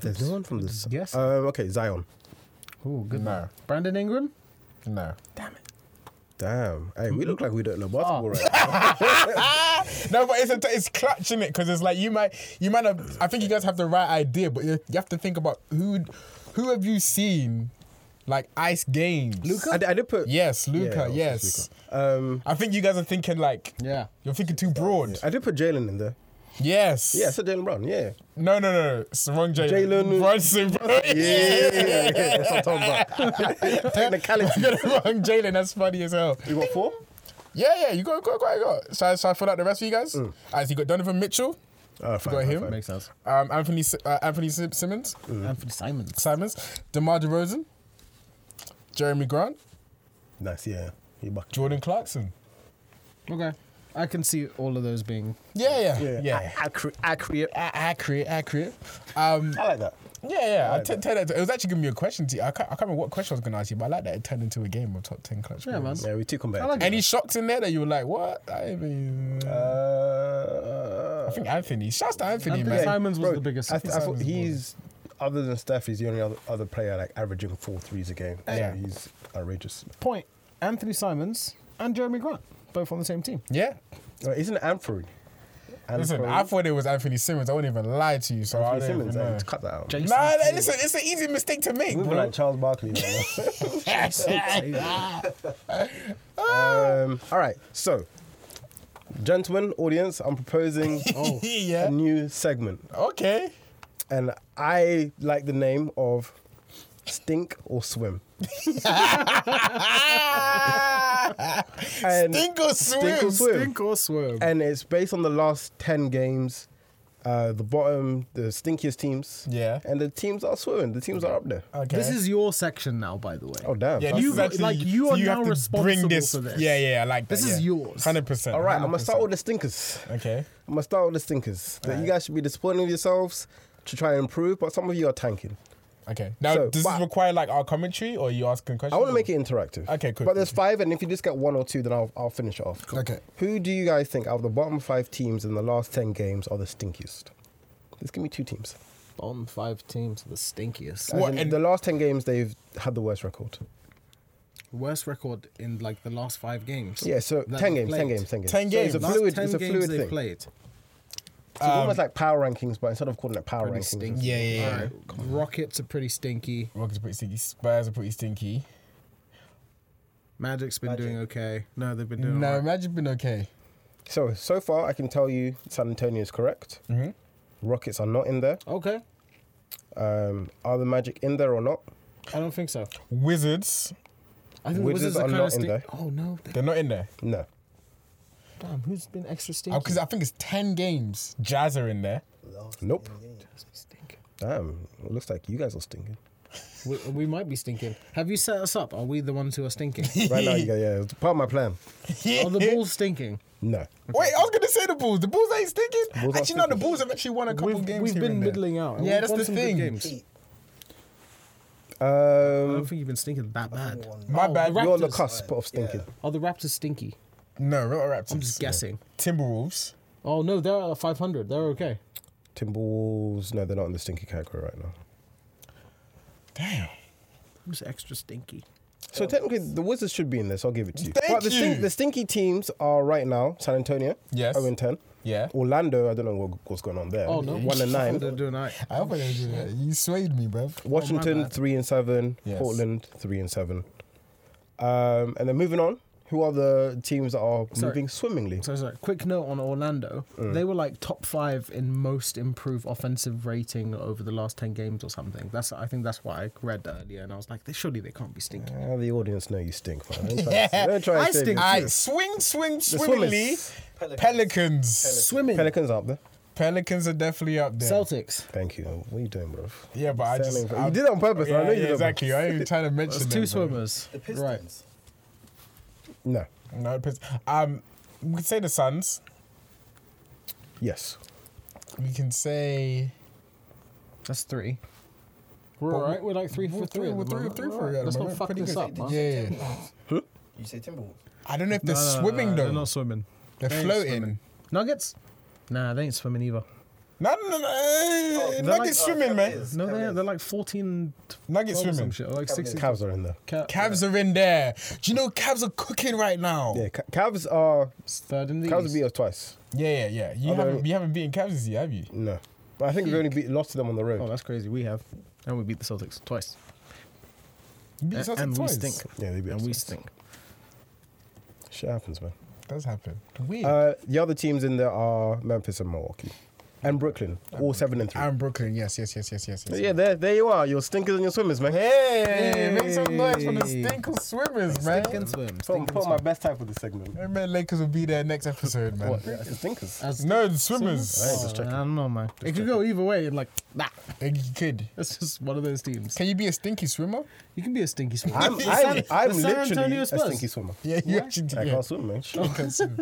Speaker 2: there's no one from this.
Speaker 5: Yes.
Speaker 2: Um, okay, Zion.
Speaker 5: Oh, good.
Speaker 1: No.
Speaker 5: one. Brandon Ingram.
Speaker 1: No.
Speaker 2: Damn. Hey, we look like we don't know
Speaker 1: Ah.
Speaker 2: basketball right now.
Speaker 1: No, but it's a, it's clutching it because it's like you might you might have. I think you guys have the right idea, but you you have to think about who who have you seen like ice games.
Speaker 2: I, did- I did put.
Speaker 1: Yes, Luca.
Speaker 2: Yeah,
Speaker 1: yes.
Speaker 2: Um,
Speaker 1: I think you guys are thinking like
Speaker 5: Yeah.
Speaker 1: you're thinking too broad.
Speaker 2: I did put Jalen in there.
Speaker 1: Yes.
Speaker 2: Yeah, I said Jalen Brown. Yeah.
Speaker 1: No, no, no. no. It's the wrong Jalen.
Speaker 2: Jalen-
Speaker 1: Brunson. Bro.
Speaker 2: Yeah. That's what I'm talking about.
Speaker 1: You
Speaker 2: Technicality.
Speaker 1: got it wrong Jalen. That's funny as hell.
Speaker 2: You got four?
Speaker 1: Yeah, yeah. You got, got, got, got. Shall I, shall I fill out the rest for you guys? Alright, so you got Donovan Mitchell,
Speaker 2: Uh, fine,
Speaker 1: got
Speaker 2: fine,
Speaker 1: him.
Speaker 2: fine.
Speaker 5: Makes sense.
Speaker 1: um, Anthony Si- uh, Anthony Sim- Simmons,
Speaker 5: Anthony Simons.
Speaker 1: Simons, DeMar DeRozan, Jeremy Grant,
Speaker 2: Nice, yeah. You back.
Speaker 1: Jordan Clarkson.
Speaker 5: Okay. I can see all of those being.
Speaker 1: Yeah, yeah, yeah.
Speaker 2: Accurate. accurate.
Speaker 1: A- accurate, accurate. Um,
Speaker 2: I like that.
Speaker 1: yeah, yeah. I
Speaker 2: like
Speaker 1: t- tell that to- it was actually giving me a question to you. I can't, I can't remember what question I was going to ask you, but I like that it turned into a game of top 10 clutch.
Speaker 5: Yeah, man.
Speaker 1: moments.
Speaker 2: Yeah, we two come back.
Speaker 5: I like
Speaker 1: Any shocks in there that you were like, what? I mean,
Speaker 2: Uh,
Speaker 1: I think Anthony. Shouts to Anthony,
Speaker 5: Anthony
Speaker 1: man.
Speaker 5: Simons- was the biggest
Speaker 2: I, th- I
Speaker 5: surprise.
Speaker 2: thought he's other than Steph, he's the only other, other player like averaging four threes a game. So
Speaker 1: Yeah.
Speaker 2: he's outrageous.
Speaker 5: Point. Anthony Simons and Jeremy Grant, both on the same team.
Speaker 1: Yeah.
Speaker 2: Well, isn't it Anthony?
Speaker 1: Listen, I thought it was Anthony Simmons. I wouldn't even lie to you. So I
Speaker 2: Anthony
Speaker 1: don't
Speaker 2: Simmons.
Speaker 1: Even
Speaker 2: I
Speaker 1: know.
Speaker 2: need to cut that out.
Speaker 5: Jason
Speaker 1: Nah, nah, listen, it's an easy mistake to make,
Speaker 2: we were
Speaker 1: bro.
Speaker 2: like Charles Barkley. right now. um, all right, so gentlemen, audience, I'm proposing
Speaker 1: Oh. Yeah.
Speaker 2: a new segment,
Speaker 1: Okay.
Speaker 2: and I like the name of Stink or Swim.
Speaker 1: Ah!
Speaker 2: And-
Speaker 1: Stink or
Speaker 2: Stink or
Speaker 1: swim.
Speaker 2: swim.
Speaker 5: or swerve.
Speaker 2: and it's based on the last 10 games uh, the bottom the stinkiest teams
Speaker 1: Yeah.
Speaker 2: and the teams are swimming the teams are up there
Speaker 1: Okay.
Speaker 5: This is your section now, by the way.
Speaker 2: oh damn
Speaker 1: Yeah,
Speaker 2: That's-
Speaker 1: this
Speaker 5: You-
Speaker 1: is actually,
Speaker 5: like, you are now
Speaker 1: have to
Speaker 5: responsible
Speaker 1: bring this,
Speaker 5: for this.
Speaker 1: Yeah, yeah, I like that.
Speaker 5: This is
Speaker 1: yeah.
Speaker 5: yours.
Speaker 1: Hundred percent.
Speaker 2: all right i'm gonna start with the stinkers
Speaker 1: Okay.
Speaker 2: i'm gonna start with the stinkers that you guys should be disappointed with yourselves to try and improve but some of you are tanking
Speaker 1: Okay. Now,
Speaker 2: So,
Speaker 1: does this
Speaker 2: but-
Speaker 1: require like our commentary, or are you asking questions?
Speaker 2: I want to make it interactive.
Speaker 1: Okay, cool.
Speaker 2: But there's five, and if you just get one or two, then I'll, I'll finish it off.
Speaker 1: Okay.
Speaker 2: Who do you guys think out of the bottom five teams in the last 10 games are the stinkiest? Just give me two teams.
Speaker 5: Bottom five teams, the stinkiest.
Speaker 2: As
Speaker 1: What,
Speaker 2: in,
Speaker 1: and-
Speaker 2: the last 10 games, they've had the worst record.
Speaker 5: Worst record in like the last five games.
Speaker 2: Yeah, so
Speaker 5: that they
Speaker 2: 10 games, 10
Speaker 5: played.
Speaker 2: games, 10
Speaker 1: 10
Speaker 2: games. So it's a
Speaker 5: Last
Speaker 2: fluid,
Speaker 5: 10
Speaker 2: it's a
Speaker 5: games
Speaker 2: fluid
Speaker 5: they
Speaker 2: thing.
Speaker 5: played.
Speaker 2: It's almost
Speaker 1: Um,
Speaker 2: like power rankings, but instead of calling it power
Speaker 5: Pretty
Speaker 2: rankings,
Speaker 5: stinky.
Speaker 1: Yeah, yeah, yeah.
Speaker 5: Alright, Rockets are pretty stinky.
Speaker 1: Rockets are pretty stinky. Spurs are pretty stinky.
Speaker 5: Magic's been doing okay. No, they've been doing
Speaker 1: No,
Speaker 5: alright.
Speaker 1: Magic been okay.
Speaker 2: so so far I can tell you San Antonio is correct.
Speaker 1: Mhm.
Speaker 2: Rockets are not in there.
Speaker 5: Okay.
Speaker 2: Um, are the Magic in there or not?
Speaker 5: I don't think so.
Speaker 1: Wizards,
Speaker 5: I think
Speaker 2: Wizards
Speaker 5: Wizards,
Speaker 2: are
Speaker 5: are kind
Speaker 2: not in
Speaker 5: of stinky.
Speaker 2: there.
Speaker 5: Oh no! they-
Speaker 1: they're not in there
Speaker 2: No.
Speaker 5: Damn, who's been extra stinky?
Speaker 1: Oh,
Speaker 2: Oh,
Speaker 1: because I think it's ten games. Jazz are in there.
Speaker 7: Last
Speaker 2: Nope.
Speaker 7: game.
Speaker 5: Stink.
Speaker 2: Damn. It looks like you guys are stinking.
Speaker 5: We, we might be stinking. Have you set us up? Are we the ones who are stinking?
Speaker 2: Right now, you go, yeah, it's part of my plan.
Speaker 5: are Oh, the Bulls stinking?
Speaker 2: No.
Speaker 1: Wait, I was gonna say the Bulls. The Bulls ain't stinking.
Speaker 2: Bulls are
Speaker 1: actually, no, the
Speaker 2: stinking.
Speaker 1: Bulls have actually won a couple
Speaker 5: We've,
Speaker 1: games.
Speaker 5: we've
Speaker 1: here
Speaker 5: been
Speaker 1: and there.
Speaker 5: middling out.
Speaker 1: Yeah,
Speaker 5: We've
Speaker 1: that's
Speaker 5: won
Speaker 1: the
Speaker 5: some good
Speaker 1: thing.
Speaker 5: games.
Speaker 7: Heat.
Speaker 5: I don't
Speaker 2: Um,
Speaker 5: think you've been stinking that bad. Oh,
Speaker 7: One.
Speaker 1: My bad.
Speaker 5: the
Speaker 2: you're on the
Speaker 5: Raptors.
Speaker 2: cusp of stinking.
Speaker 5: Are the Raptors stinky?
Speaker 1: No, not Raptors.
Speaker 5: I'm just guessing.
Speaker 1: Timberwolves.
Speaker 5: Oh no, they're at 500. They're okay.
Speaker 2: Timberwolves, no, they're not in the stinky category right now.
Speaker 1: Damn.
Speaker 5: Who's extra stinky?
Speaker 2: So technically, the Wizards should be in this. I'll give it to you.
Speaker 1: Thank
Speaker 2: but the,
Speaker 1: you.
Speaker 2: the stinky teams are right now San Antonio.
Speaker 1: Yes.
Speaker 2: 0 and 10.
Speaker 1: Yeah.
Speaker 2: Orlando, I don't know what, what's going on there.
Speaker 5: Oh no,
Speaker 2: 1 and 9.
Speaker 5: They're doing alright.
Speaker 1: I hope I didn't do that. You swayed me, bruv.
Speaker 2: Washington,
Speaker 5: bad.
Speaker 2: 3 and 7.
Speaker 1: Yes.
Speaker 2: Portland, 3 and 7. Um, and then moving on, Who are the teams that are
Speaker 5: Sorry.
Speaker 2: moving swimmingly?
Speaker 5: So sorry. Quick note on Orlando.
Speaker 2: Mm.
Speaker 5: They were like top five in most improved offensive rating over the last ten games or something. That's I think that's why I read that earlier, and I was like, they surely they can't be stinking.
Speaker 2: Ah, the audience know you stink, man. Don't try and- don't try and
Speaker 5: I
Speaker 2: save
Speaker 5: stink.
Speaker 2: me.
Speaker 1: Aye, swing, swing,
Speaker 2: swimmers.
Speaker 1: swimmingly. Pelicans. Pelicans.
Speaker 5: Swimming.
Speaker 2: Pelicans up there.
Speaker 1: are definitely up there.
Speaker 5: Celtics.
Speaker 2: Thank you. What are you doing, bro?
Speaker 1: Yeah, but I
Speaker 2: Selling
Speaker 1: just
Speaker 2: for-
Speaker 1: I-
Speaker 2: you did it on purpose.
Speaker 1: Yeah,
Speaker 2: I know
Speaker 1: yeah,
Speaker 2: you did it on
Speaker 1: exactly. I ain't even trying to mention
Speaker 5: It's
Speaker 1: them,
Speaker 5: two
Speaker 1: bro.
Speaker 5: swimmers.
Speaker 7: The
Speaker 5: Right.
Speaker 7: Pistons.
Speaker 2: No.
Speaker 1: No, the Pist- um, we could say the Suns.
Speaker 2: Yes.
Speaker 1: We can say
Speaker 5: That's three. We're
Speaker 1: But we-
Speaker 5: all right. We're like three
Speaker 1: We're
Speaker 5: for three. at
Speaker 1: We're
Speaker 5: the
Speaker 1: three,
Speaker 5: moment.
Speaker 1: three
Speaker 5: We're all
Speaker 1: for
Speaker 5: right.
Speaker 1: you at the
Speaker 5: Let's not
Speaker 1: moment.
Speaker 5: fuck
Speaker 1: Pretty
Speaker 5: this
Speaker 1: good.
Speaker 5: up, man.
Speaker 1: Yeah, yeah.
Speaker 7: You say Timberwolves.
Speaker 1: I don't know if they're
Speaker 4: No, no, no,
Speaker 1: swimming
Speaker 4: no,
Speaker 1: though.
Speaker 4: They're not swimming.
Speaker 1: They're
Speaker 4: They ain't
Speaker 1: floating.
Speaker 4: swimming.
Speaker 5: Nuggets. Nah, they ain't swimming either.
Speaker 1: No, no, no, no.
Speaker 7: they're
Speaker 1: Nuggets
Speaker 5: Oh, like-
Speaker 1: swimming, man.
Speaker 7: Cavaliers.
Speaker 5: No, they're
Speaker 7: Cavaliers.
Speaker 5: they're like fourteen. t-
Speaker 1: Nuggets
Speaker 5: or some
Speaker 1: swimming.
Speaker 5: Shit, or like six.
Speaker 2: Cavs are in there.
Speaker 1: Cavs are in there. Do you know Cavs are cooking right now?
Speaker 2: Yeah, Ca- Cavs are.
Speaker 5: Third in the
Speaker 2: Cavs
Speaker 5: East.
Speaker 2: beat us twice.
Speaker 1: yeah, yeah. yeah. You
Speaker 2: Although-
Speaker 1: haven't you haven't beaten Cavs this year, have you?
Speaker 2: No. But I think we've only beat, lost to them on the road.
Speaker 5: Oh, that's crazy. We have, and we beat the Celtics twice.
Speaker 1: You beat
Speaker 5: A-
Speaker 1: Celtics
Speaker 5: and we
Speaker 1: twice.
Speaker 5: stink.
Speaker 2: yeah, they beat
Speaker 5: And
Speaker 2: us
Speaker 5: we
Speaker 2: twice.
Speaker 5: stink.
Speaker 2: Shit happens, man.
Speaker 1: Does happen. Weird.
Speaker 2: Uh, the other teams in there are Memphis and Milwaukee. And Brooklyn. All seven and three.
Speaker 1: and Brooklyn, yes, yes, yes, yes, yes. yes
Speaker 2: yeah, there, there you are. Your stinkers and your swimmers, man.
Speaker 1: Hey, make some noise for the stinkle swimmers, man.
Speaker 5: Stink and swim.
Speaker 2: Put,
Speaker 5: Stink and
Speaker 2: put my
Speaker 5: swim.
Speaker 2: best type for the segment.
Speaker 1: I bet Lakers will be there next episode, man.
Speaker 2: What? Yeah, stinkers.
Speaker 5: As-
Speaker 1: No, the swimmers.
Speaker 2: Just
Speaker 5: I
Speaker 2: checking.
Speaker 5: don't know, man. It could go either way. Like, nah.
Speaker 1: Hey, you kid.
Speaker 5: That's just one of those teams.
Speaker 1: Can you be a stinky swimmer?
Speaker 5: You can be a stinky swimmer.
Speaker 2: I'm,
Speaker 5: The
Speaker 2: I'm,
Speaker 5: San-
Speaker 2: I'm
Speaker 5: the San
Speaker 2: literally
Speaker 5: Antonio
Speaker 2: a
Speaker 5: Spurs.
Speaker 2: stinky swimmer.
Speaker 1: Yeah, you actually
Speaker 2: I
Speaker 1: do.
Speaker 2: can't swim, man.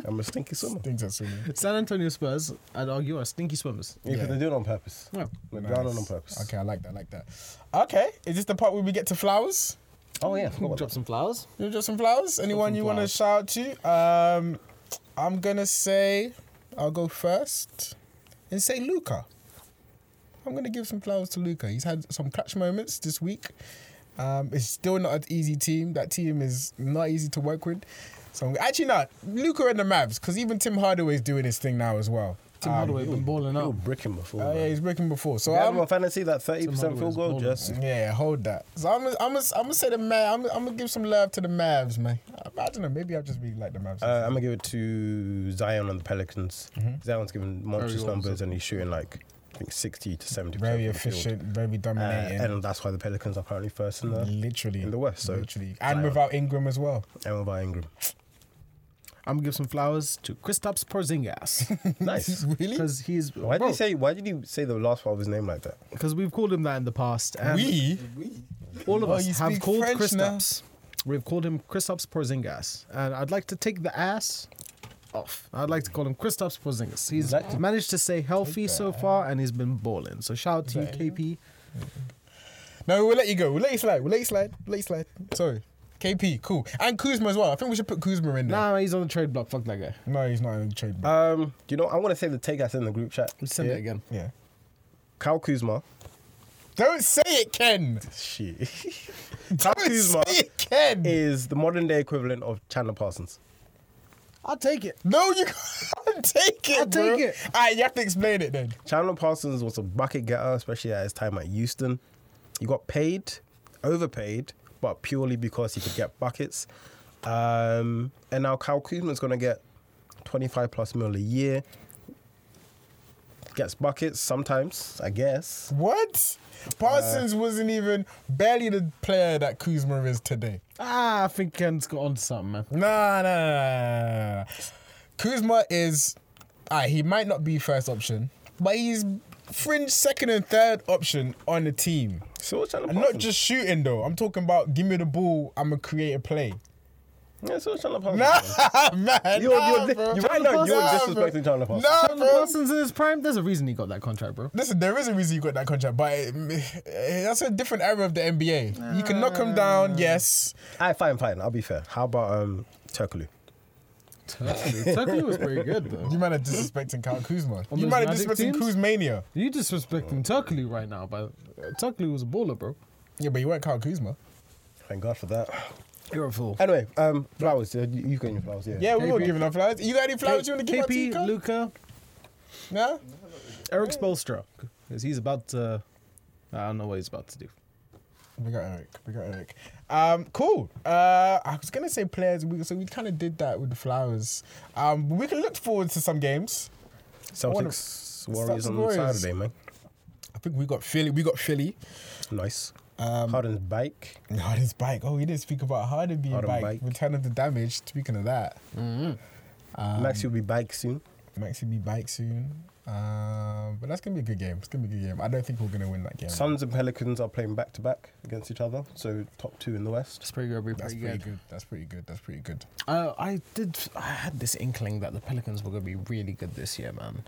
Speaker 2: I'm a stinky swimmer.
Speaker 1: Stinks at swimming.
Speaker 5: San Antonio Spurs, I'd argue, are stinky swimmers.
Speaker 2: Yeah, because they do it on purpose.
Speaker 5: Yeah.
Speaker 2: They're done on purpose.
Speaker 1: Okay, I like that. I like that. Okay, is this the part where we get to flowers?
Speaker 2: Oh yeah. forgot about
Speaker 5: Drop some flowers.
Speaker 1: You drop some flowers. Anyone
Speaker 5: some
Speaker 1: you want to
Speaker 5: flowers.
Speaker 1: shout out to? Um, I'm gonna say I'll go first and say Luca. I'm gonna give some flowers to Luca. He's had some clutch moments this week. Um, it's still not an easy team. That team is not easy to work with. So I'm, actually, no, Luca and the Mavs, because even Tim Hardaway is doing his thing now as well.
Speaker 5: Tim Hardaway been balling
Speaker 2: that. You
Speaker 5: up.
Speaker 2: were bricking before.
Speaker 1: Uh, yeah,
Speaker 2: man.
Speaker 1: he's breaking before. So um,
Speaker 2: You had
Speaker 1: I'm,
Speaker 2: him on fantasy that thirty percent
Speaker 5: Somebody
Speaker 2: field
Speaker 5: was
Speaker 2: goal.
Speaker 5: balling.
Speaker 2: Just
Speaker 1: Yeah, hold that. So I'm, I'm, I'm gonna say the Mav. I'm, I'm gonna give some love to the Mavs, man. I, I don't know. Maybe I just really like the Mavs.
Speaker 2: Uh, I'm gonna give it to Zion and the Pelicans.
Speaker 1: Mm-hmm.
Speaker 2: Zion's giving monstrous
Speaker 5: well
Speaker 2: numbers and he's shooting like I think sixty to seventy.
Speaker 1: very efficient, very
Speaker 2: Uh,
Speaker 1: dominating.
Speaker 2: and that's why the Pelicans are currently first in the
Speaker 1: literally
Speaker 2: in the West, so
Speaker 1: literally, and
Speaker 2: Zion.
Speaker 1: without Ingram as well.
Speaker 2: Emma by Ingram.
Speaker 5: I'm gonna give some flowers to Kristaps Porzingis
Speaker 2: Nice.
Speaker 1: Really?
Speaker 5: because he's
Speaker 2: Why did you say? Why did you say the last part of his name like that?
Speaker 5: because we've called him that in the past. And
Speaker 1: We
Speaker 5: all of
Speaker 1: Oh,
Speaker 5: us
Speaker 1: you
Speaker 5: have
Speaker 1: speak
Speaker 5: called
Speaker 1: French now.
Speaker 5: Kristaps. We've called him Kristaps Porzingis, and I'd like to take the ass off. I'd like to call him Kristaps Porzingis. He's
Speaker 2: Like to-
Speaker 5: managed to stay healthy so far, and he's been balling. So shout out to you, KP.
Speaker 1: no, we'll let you go. We'll let you slide. We'll let you slide. We'll let you slide. Sorry. KP, cool, and Kuzma as well. I think we should put Kuzma in there.
Speaker 5: Nah, he's on the trade block. Fuck that guy.
Speaker 1: No, he's not in the trade. block.
Speaker 2: Um, you know, I want to say the take I said in the group chat.
Speaker 5: Send it again.
Speaker 1: yeah.
Speaker 2: Kyle Kuzma.
Speaker 1: Don't say it, Ken.
Speaker 2: Shit. Kyle
Speaker 1: Don't
Speaker 2: Kuzma
Speaker 1: say it, Ken.
Speaker 2: is the modern day equivalent of Chandler Parsons.
Speaker 5: I'll take it.
Speaker 1: no, you can't take it.
Speaker 5: I'll take
Speaker 1: bro.
Speaker 5: it.
Speaker 1: Alright, you have to explain it then.
Speaker 2: Chandler Parsons was a bucket getter, especially at his time at Houston. He got paid, overpaid, but purely because he could get buckets. Um, and now Kyle Kuzma's going to get 25 plus mil a year. Gets buckets sometimes, I guess.
Speaker 1: What? Parsons wasn't even barely the player that Kuzma is today.
Speaker 5: Ah, I think Ken's got onto something, man.
Speaker 1: Nah, nah, nah, nah, nah. Kuzma is, ah, he might not be first option, but he's fringe second and third option on the team.
Speaker 2: So what's Chandler
Speaker 1: And
Speaker 2: Parsons?
Speaker 1: not just shooting though. I'm talking about give me the ball. I'm gonna create a play.
Speaker 2: Yeah, so what's Chandler Parsons.
Speaker 1: Nah,
Speaker 2: man.
Speaker 1: man.
Speaker 2: You're-
Speaker 1: nah,
Speaker 2: you're di-
Speaker 1: bro.
Speaker 2: you right now, you're
Speaker 1: Nah, bro.
Speaker 2: disrespecting Chandler Parsons.
Speaker 1: Nah,
Speaker 5: Chandler
Speaker 1: bro.
Speaker 5: Parsons in his prime. There's a reason he got that contract, bro.
Speaker 1: Listen, there is a reason you got that contract, but it, eh, that's a different era of the NBA. you can knock him down, yes.
Speaker 2: All right, fine, fine. I'll be fair. How about um, Turkoglu?
Speaker 5: Turkey Turkey was pretty good though.
Speaker 1: You might have disrespecting Kyle Kuzma.
Speaker 5: On
Speaker 1: you
Speaker 5: those
Speaker 1: might have
Speaker 5: Magic
Speaker 1: disrespecting
Speaker 5: teams?
Speaker 1: Kuzmania.
Speaker 5: You disrespecting Turkey right now, but uh, Turkey was a baller, bro.
Speaker 1: Yeah, but you weren't Kyle Kuzma.
Speaker 2: Thank God for that.
Speaker 5: You're a fool.
Speaker 2: Anyway, um, flowers. uh, You you got your flowers, yeah.
Speaker 1: Yeah, we were
Speaker 5: KP.
Speaker 1: giving up flowers. You got any flowers you want to give out to
Speaker 5: KP,
Speaker 1: Kyle?
Speaker 5: Luca,
Speaker 1: No?
Speaker 5: Eric Spolstra, because he's about to. I don't know what he's about to do.
Speaker 1: We got Eric. We got Eric. Um, cool. Uh, I was gonna say players, we, so we kind of did that with the flowers. Um, we can look forward to some games. wanna-
Speaker 2: Celtics Warriors
Speaker 1: Celtics
Speaker 2: on
Speaker 1: Warriors.
Speaker 2: Saturday, man.
Speaker 1: I think we got Philly. We got Philly.
Speaker 2: Nice.
Speaker 1: Um,
Speaker 2: Harden's bike.
Speaker 1: Harden's bike. Oh, we didn't speak about Harden being
Speaker 2: Harden
Speaker 1: back.
Speaker 2: bike.
Speaker 1: Return of the damage. Speaking of that, um,
Speaker 2: Max will be bike soon.
Speaker 1: Maxi be back soon. Um, but that's gonna be a good game. It's gonna be a good game. I don't think we're gonna win that game.
Speaker 2: Suns and Pelicans are playing back to back against each other, so top two in the West.
Speaker 5: It's pretty good. Pretty
Speaker 1: that's
Speaker 5: good.
Speaker 1: pretty good. That's pretty good. That's pretty good.
Speaker 5: Uh, I did. I had this inkling that the Pelicans were going to be really good this year, man.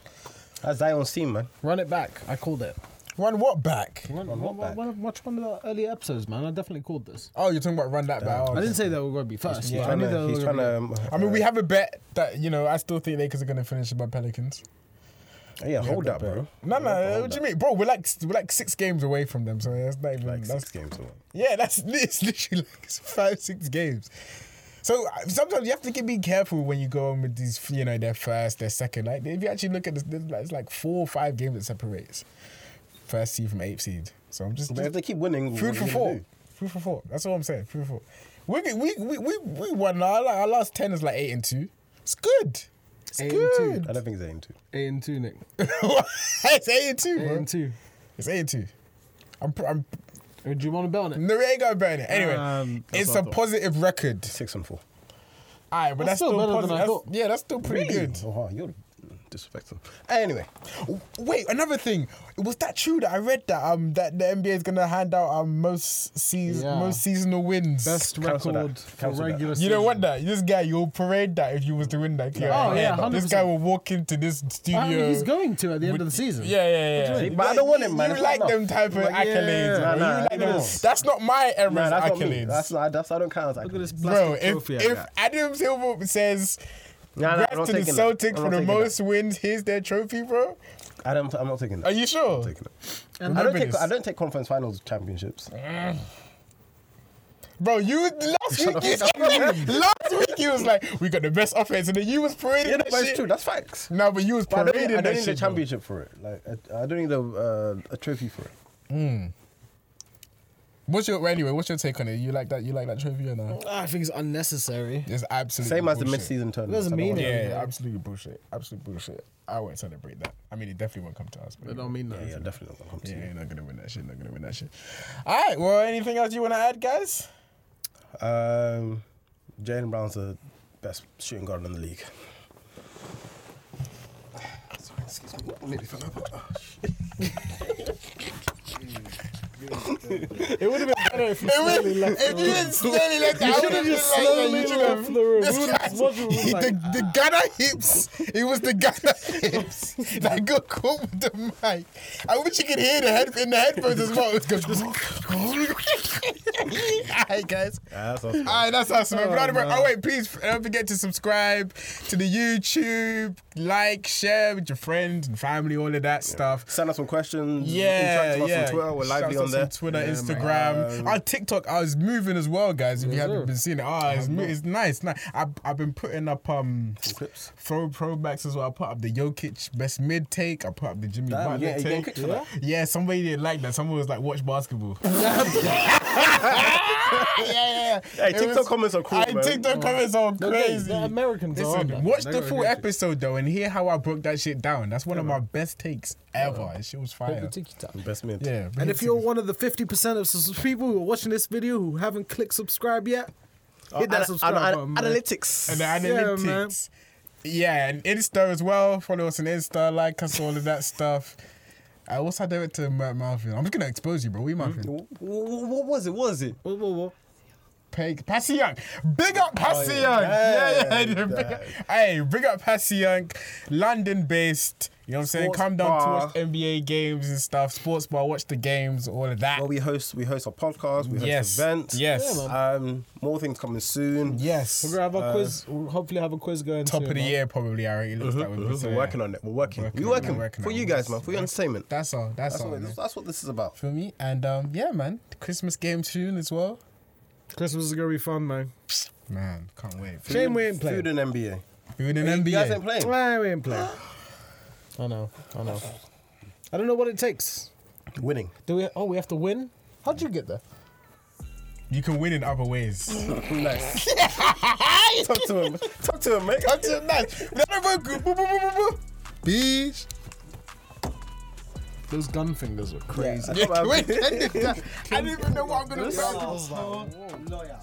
Speaker 2: That's Zion's team, man.
Speaker 5: Run it back. I called it.
Speaker 1: Run what back?
Speaker 5: Run,
Speaker 2: Run what back?
Speaker 5: watch one of the earlier episodes, man. I definitely called this.
Speaker 1: Oh, you're talking about run that back. Oh,
Speaker 5: I
Speaker 1: okay.
Speaker 5: didn't say they were going to be first.
Speaker 2: He's
Speaker 5: Yeah, I
Speaker 2: trying
Speaker 5: knew they
Speaker 2: to.
Speaker 5: were
Speaker 2: He's
Speaker 5: gonna
Speaker 2: trying
Speaker 5: be-
Speaker 2: to um,
Speaker 1: I mean, we
Speaker 2: uh,
Speaker 1: have a bet that you know. I still think Lakers are gonna finish above Pelicans.
Speaker 2: uh, Yeah, hold up, bro.
Speaker 1: No, no. What do you mean, bro? We're like we're like six games away from them, so that's not even
Speaker 2: Like
Speaker 1: that's,
Speaker 2: six games away.
Speaker 1: Yeah, that's it's literally like it's five six games. So uh, sometimes you have to be careful when you go on with these, you know, their first, their second. Like if you actually look at this, there's like- it's like four or five games that separates first seed from eighth seed. So I'm just,
Speaker 2: But if
Speaker 1: just
Speaker 2: they keep winning, what
Speaker 1: food
Speaker 2: are
Speaker 1: for
Speaker 2: you
Speaker 1: four,
Speaker 2: gonna do?
Speaker 1: food for four. That's all I'm saying. Food for four. We we we we, we won our, our last ten is like eight and two. It's good. It's
Speaker 5: Eight and two.
Speaker 1: good.
Speaker 2: I don't think they're into.
Speaker 5: Eight and two, Nick.
Speaker 1: it's eight and two,
Speaker 5: Eight
Speaker 1: bro.
Speaker 5: and two.
Speaker 1: It's eight and two. I'm pr- I'm
Speaker 5: Uh, Do you want to bet on it?
Speaker 1: No, we ain't gonna burn it. Anyway,
Speaker 4: Um, that's
Speaker 1: it's
Speaker 4: what I
Speaker 1: a
Speaker 4: thought.
Speaker 1: positive record.
Speaker 2: Six and four.
Speaker 1: Alright, but that's,
Speaker 5: That's
Speaker 1: still,
Speaker 5: still better than
Speaker 1: positive.
Speaker 5: I
Speaker 1: That's-
Speaker 5: thought.
Speaker 1: yeah, that's still pretty good.
Speaker 2: Oh, wow, you're disrespectful. Anyway,
Speaker 1: W- Wait, another thing. Was that true that I read that um that the NBA is gonna hand out um most seas-
Speaker 5: Yeah.
Speaker 1: most seasonal wins?
Speaker 5: Best
Speaker 2: Cancel that.
Speaker 5: record for
Speaker 2: Cancel that.
Speaker 5: regular
Speaker 1: you don't want that. This guy, you'll parade that if you was to win that. game.
Speaker 5: Oh, yeah,
Speaker 1: This
Speaker 5: 100%.
Speaker 1: guy will walk into this studio.
Speaker 5: Apparently he's going to at the end of the season.
Speaker 1: Yeah, yeah, yeah.
Speaker 2: See, but I don't want it, man.
Speaker 1: You
Speaker 2: It's
Speaker 1: like
Speaker 2: not
Speaker 1: them
Speaker 2: enough.
Speaker 1: type of
Speaker 5: Like, yeah.
Speaker 1: accolades.
Speaker 5: Nah,
Speaker 1: man.
Speaker 2: nah,
Speaker 1: you like
Speaker 2: no.
Speaker 1: them. That's not my era's
Speaker 2: nah, that's not me.
Speaker 1: accolades.
Speaker 2: That's not. That's I don't count.
Speaker 4: Look at this
Speaker 1: Bro,
Speaker 4: plastic
Speaker 1: if,
Speaker 4: trophy I
Speaker 1: if
Speaker 4: got.
Speaker 1: Adam Silver says
Speaker 2: Nah, nah, I'm not
Speaker 1: congrats to the
Speaker 2: taking that.
Speaker 1: Celtics
Speaker 2: I'm
Speaker 1: for
Speaker 2: not
Speaker 1: the
Speaker 2: taking
Speaker 1: most wins, here's their trophy, bro.
Speaker 2: that. I don't. I'm not taking that.
Speaker 1: Are you sure?
Speaker 2: taking it. I
Speaker 1: Remember
Speaker 2: don't take
Speaker 1: this.
Speaker 2: I don't take conference finals championships.
Speaker 1: Bro, you last week you last week you was like, we got the best offense, and then you was parading
Speaker 2: Yeah, no,
Speaker 1: that
Speaker 2: but
Speaker 1: shit.
Speaker 2: it's true. That's facts.
Speaker 1: No, but you was
Speaker 2: But I don't,
Speaker 1: parading
Speaker 2: I don't
Speaker 1: that
Speaker 2: need a
Speaker 1: shit. bro.
Speaker 2: championship for it. Like I, I don't need a, uh, a trophy for it.
Speaker 1: What's your anyway? What's your take on it? You like that? You like that trophy or not?
Speaker 5: I think it's unnecessary.
Speaker 1: It's absolutely
Speaker 2: Same as the
Speaker 1: bullshit.
Speaker 2: mid-season tournament.
Speaker 5: Doesn't
Speaker 2: I don't
Speaker 5: mean
Speaker 2: want
Speaker 5: it.
Speaker 1: Yeah, yeah, absolutely bullshit. Absolute bullshit. I won't celebrate that. I mean, it definitely won't come to us.
Speaker 5: I don't mean that.
Speaker 2: Yeah, yeah, definitely not gonna come to
Speaker 1: Yeah,
Speaker 2: you.
Speaker 1: you're not gonna win that shit. Not gonna win that shit. All right. Well, anything else you want to add, guys?
Speaker 2: Um, Jalen Brown's the best shooting guard in the league. Sorry, excuse me. Nearly fell over.
Speaker 1: It would have been better if you slowly left the room. You should have just slowly left the room. the, the Ghana hips. It was the Ghana hips that got caught with the mic. I wish you could hear the head in the headphones as well. It goes. All right, guys.
Speaker 2: Yeah, that's awesome.
Speaker 1: All right, that's us, man. Oh, oh, wait, please uh, don't forget to subscribe to the YouTube, like, share with your friends and family, all of that stuff.
Speaker 2: Send us some questions.
Speaker 1: Yeah,
Speaker 2: interact with us
Speaker 1: yeah.
Speaker 2: on Twitter. We're
Speaker 1: Shout
Speaker 2: lively
Speaker 1: out
Speaker 2: on there. Um,
Speaker 1: to Twitter, Instagram,
Speaker 2: Uh,
Speaker 1: our TikTok. I was moving as well, guys. If you haven't been seeing it, ah, it's, mo- it's nice. Nice. I've, I've been putting up um
Speaker 2: clips.
Speaker 1: throw throwbacks as well. I put up the Jokic best mid take. I put up the Jimmy
Speaker 2: Damn,
Speaker 1: Butler
Speaker 2: yeah, you getting
Speaker 1: take.
Speaker 2: clips for that?
Speaker 1: Yeah, somebody didn't like that. Someone was like, watch basketball. yeah, yeah, yeah.
Speaker 2: Hey,
Speaker 1: It
Speaker 2: TikTok
Speaker 1: was-
Speaker 2: comments are cool,
Speaker 1: I
Speaker 2: man.
Speaker 1: TikTok comments are
Speaker 5: they-
Speaker 1: crazy.
Speaker 5: the Americans are on
Speaker 1: Listen,
Speaker 5: that.
Speaker 1: watch
Speaker 5: They
Speaker 1: the
Speaker 5: got
Speaker 1: full
Speaker 5: rejected.
Speaker 1: episode though and hear how I broke that shit down. That's one of my best takes ever. It Shit was fire.
Speaker 2: Best mid.
Speaker 1: Yeah.
Speaker 4: And if you're one of the 50% of sus- people who are watching this video who haven't clicked subscribe yet,
Speaker 1: Oh,
Speaker 4: hit that
Speaker 2: Ana-
Speaker 4: subscribe
Speaker 2: ana-
Speaker 4: button. man.
Speaker 2: analytics.
Speaker 1: and the
Speaker 4: Yeah, man.
Speaker 1: analytics. Yeah, and Insta as well. Follow us on Insta, like us, all of that stuff. Uh, I also had it to Matt Marvin. I'm just gonna expose you, bro. We Marvin.
Speaker 2: Wh- wh- What was it? What was it?
Speaker 4: Whoa, whoa, whoa.
Speaker 1: Peg Passy Young. Big up Passy
Speaker 2: Oh, yeah.
Speaker 1: Young. Yeah, yeah,
Speaker 2: Yeah,
Speaker 1: yeah. Big up-
Speaker 2: yeah.
Speaker 1: Hey, big up Passy Young. London based. You know what I'm saying?
Speaker 2: Sports
Speaker 1: Come down
Speaker 2: bar.
Speaker 1: to watch NBA games and stuff. Sports bar, watch the games, all of that.
Speaker 2: Well, we host we host our podcast. We host
Speaker 1: Yes.
Speaker 2: events.
Speaker 1: Yes. Yeah,
Speaker 2: um, more things coming soon.
Speaker 1: yes.
Speaker 5: We're gonna have a
Speaker 4: Uh,
Speaker 5: quiz. We'll hopefully have a quiz going.
Speaker 1: Top
Speaker 5: soon,
Speaker 1: of the
Speaker 5: man.
Speaker 1: year, probably. I already looks like
Speaker 2: Mhm. We're working on it. We're working.
Speaker 1: Working,
Speaker 2: We're working,
Speaker 1: Mm-hmm. we're working
Speaker 2: for
Speaker 1: on
Speaker 2: you
Speaker 1: it.
Speaker 2: guys, man. For your entertainment.
Speaker 1: That's all. That's,
Speaker 2: That's
Speaker 1: all.
Speaker 2: what,
Speaker 1: man.
Speaker 2: this, that's what this is about.
Speaker 1: for me. And um, yeah, man, the Christmas game soon as well.
Speaker 4: Christmas is going to be fun, man.
Speaker 1: Man, can't wait.
Speaker 4: Shame we ain't playing.
Speaker 2: Food and NBA.
Speaker 1: We in an
Speaker 2: You guys ain't
Speaker 1: NBA.
Speaker 2: playing.
Speaker 4: Why we ain't playing?
Speaker 5: I know. I know. I don't know what it takes.
Speaker 2: Winning.
Speaker 5: Do we? Oh, we have to win. How'd you get there?
Speaker 1: You can win in other ways.
Speaker 2: Nice. Talk to him. Talk to him, mate.
Speaker 1: Up to the match. Without a vote group. Boo, boo, boo, boo, boo. Bitch.
Speaker 5: Those gun fingers are crazy.
Speaker 2: Yeah.
Speaker 1: Wait, I didn't I didn't even know what I'm gonna
Speaker 5: This-
Speaker 1: do.
Speaker 7: Oh, lawyer.